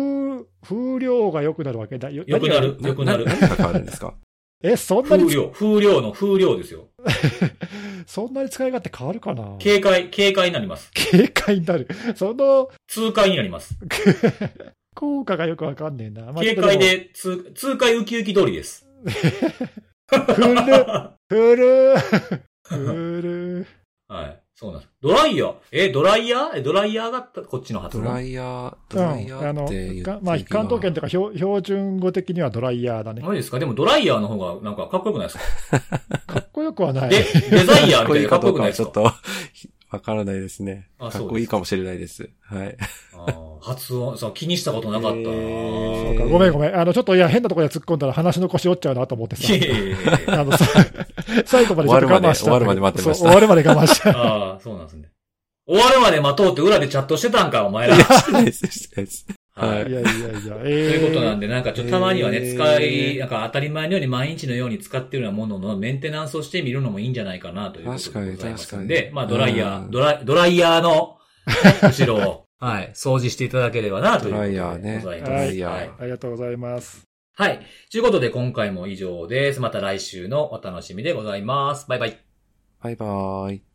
B: 風量が良くなるわけだ。よ
A: 良くな
B: 何
A: る
B: が、
A: 良くなる。
C: 何が変わるんですか
B: え、そんな
A: 風
B: に、
A: 量、風量の風量ですよ。
B: そんなに使い勝手変わるかな
A: 警戒、警戒になります。
B: 軽快になる。その、
A: 通過になります。
B: 効果がよくわかんねえな。まあ
A: 警戒。で、通、通過ウキウキ通りです。
B: ちょっとでもふ る、ふる、ふる。
A: はい。そうなんです。ドライヤーえ、ドライヤーえ、ドライヤーがこっちの発
C: ド
A: 音。
C: ライヤー、ドライヤーって言ってる
B: うんあのかまあ、関東圏とか標標準語的にはドライヤーだね。
A: マジですかでもドライヤーの方がなんかかっこよくないですか
B: かっこよくはない。
A: で、デザイヤーみ
C: かっこ
A: たい
C: いい
A: にか
C: か
A: っこ
C: ど
A: よ
C: う
A: く
C: か
A: ない
C: は
A: です
C: ちょっ
A: か
C: と、わからないですね。
A: あ
C: か
A: そうです
C: っこいいかもしれないです。はい。
A: あー発音、そう、気にしたことなかったな、
C: へー
B: そうかごめ んごめん。あの、ちょっと、いや、変なところで突っ込んだら話の腰折っちゃうなと思ってさ
A: い。やいやいやいや
B: あの、さ最後までちょっと我慢したんだけど。
C: 終わるまで終わるまで待ってました
B: そう終わるまで我慢した。
A: ああ、そうなんですね。終わるまで待とうって裏でチャットしてたんか、お前ら。
C: してないです、してないです。はい
A: い。
B: やいやいや、えー、
A: ということなんで、なんかちょっとたまにはね、
C: えー
A: 使い、なんか当たり前のように毎日のように使ってるようなもののメンテナンスをしてみるのもいいんじゃないかなということでございますん
C: 確か
A: で
C: に、
A: まあドライヤ
C: う
A: ー、
C: ん
A: ドライ、ドライヤーの後ろ を、はい、掃除していただければなということで
C: ドライヤーね
A: ございます。
B: ドラ
C: イヤー
A: はい
B: ありがとうございます。
A: はい。ということで、今回も以上です。また来週のお楽しみでございます。バイバイ。
C: バイバーイ。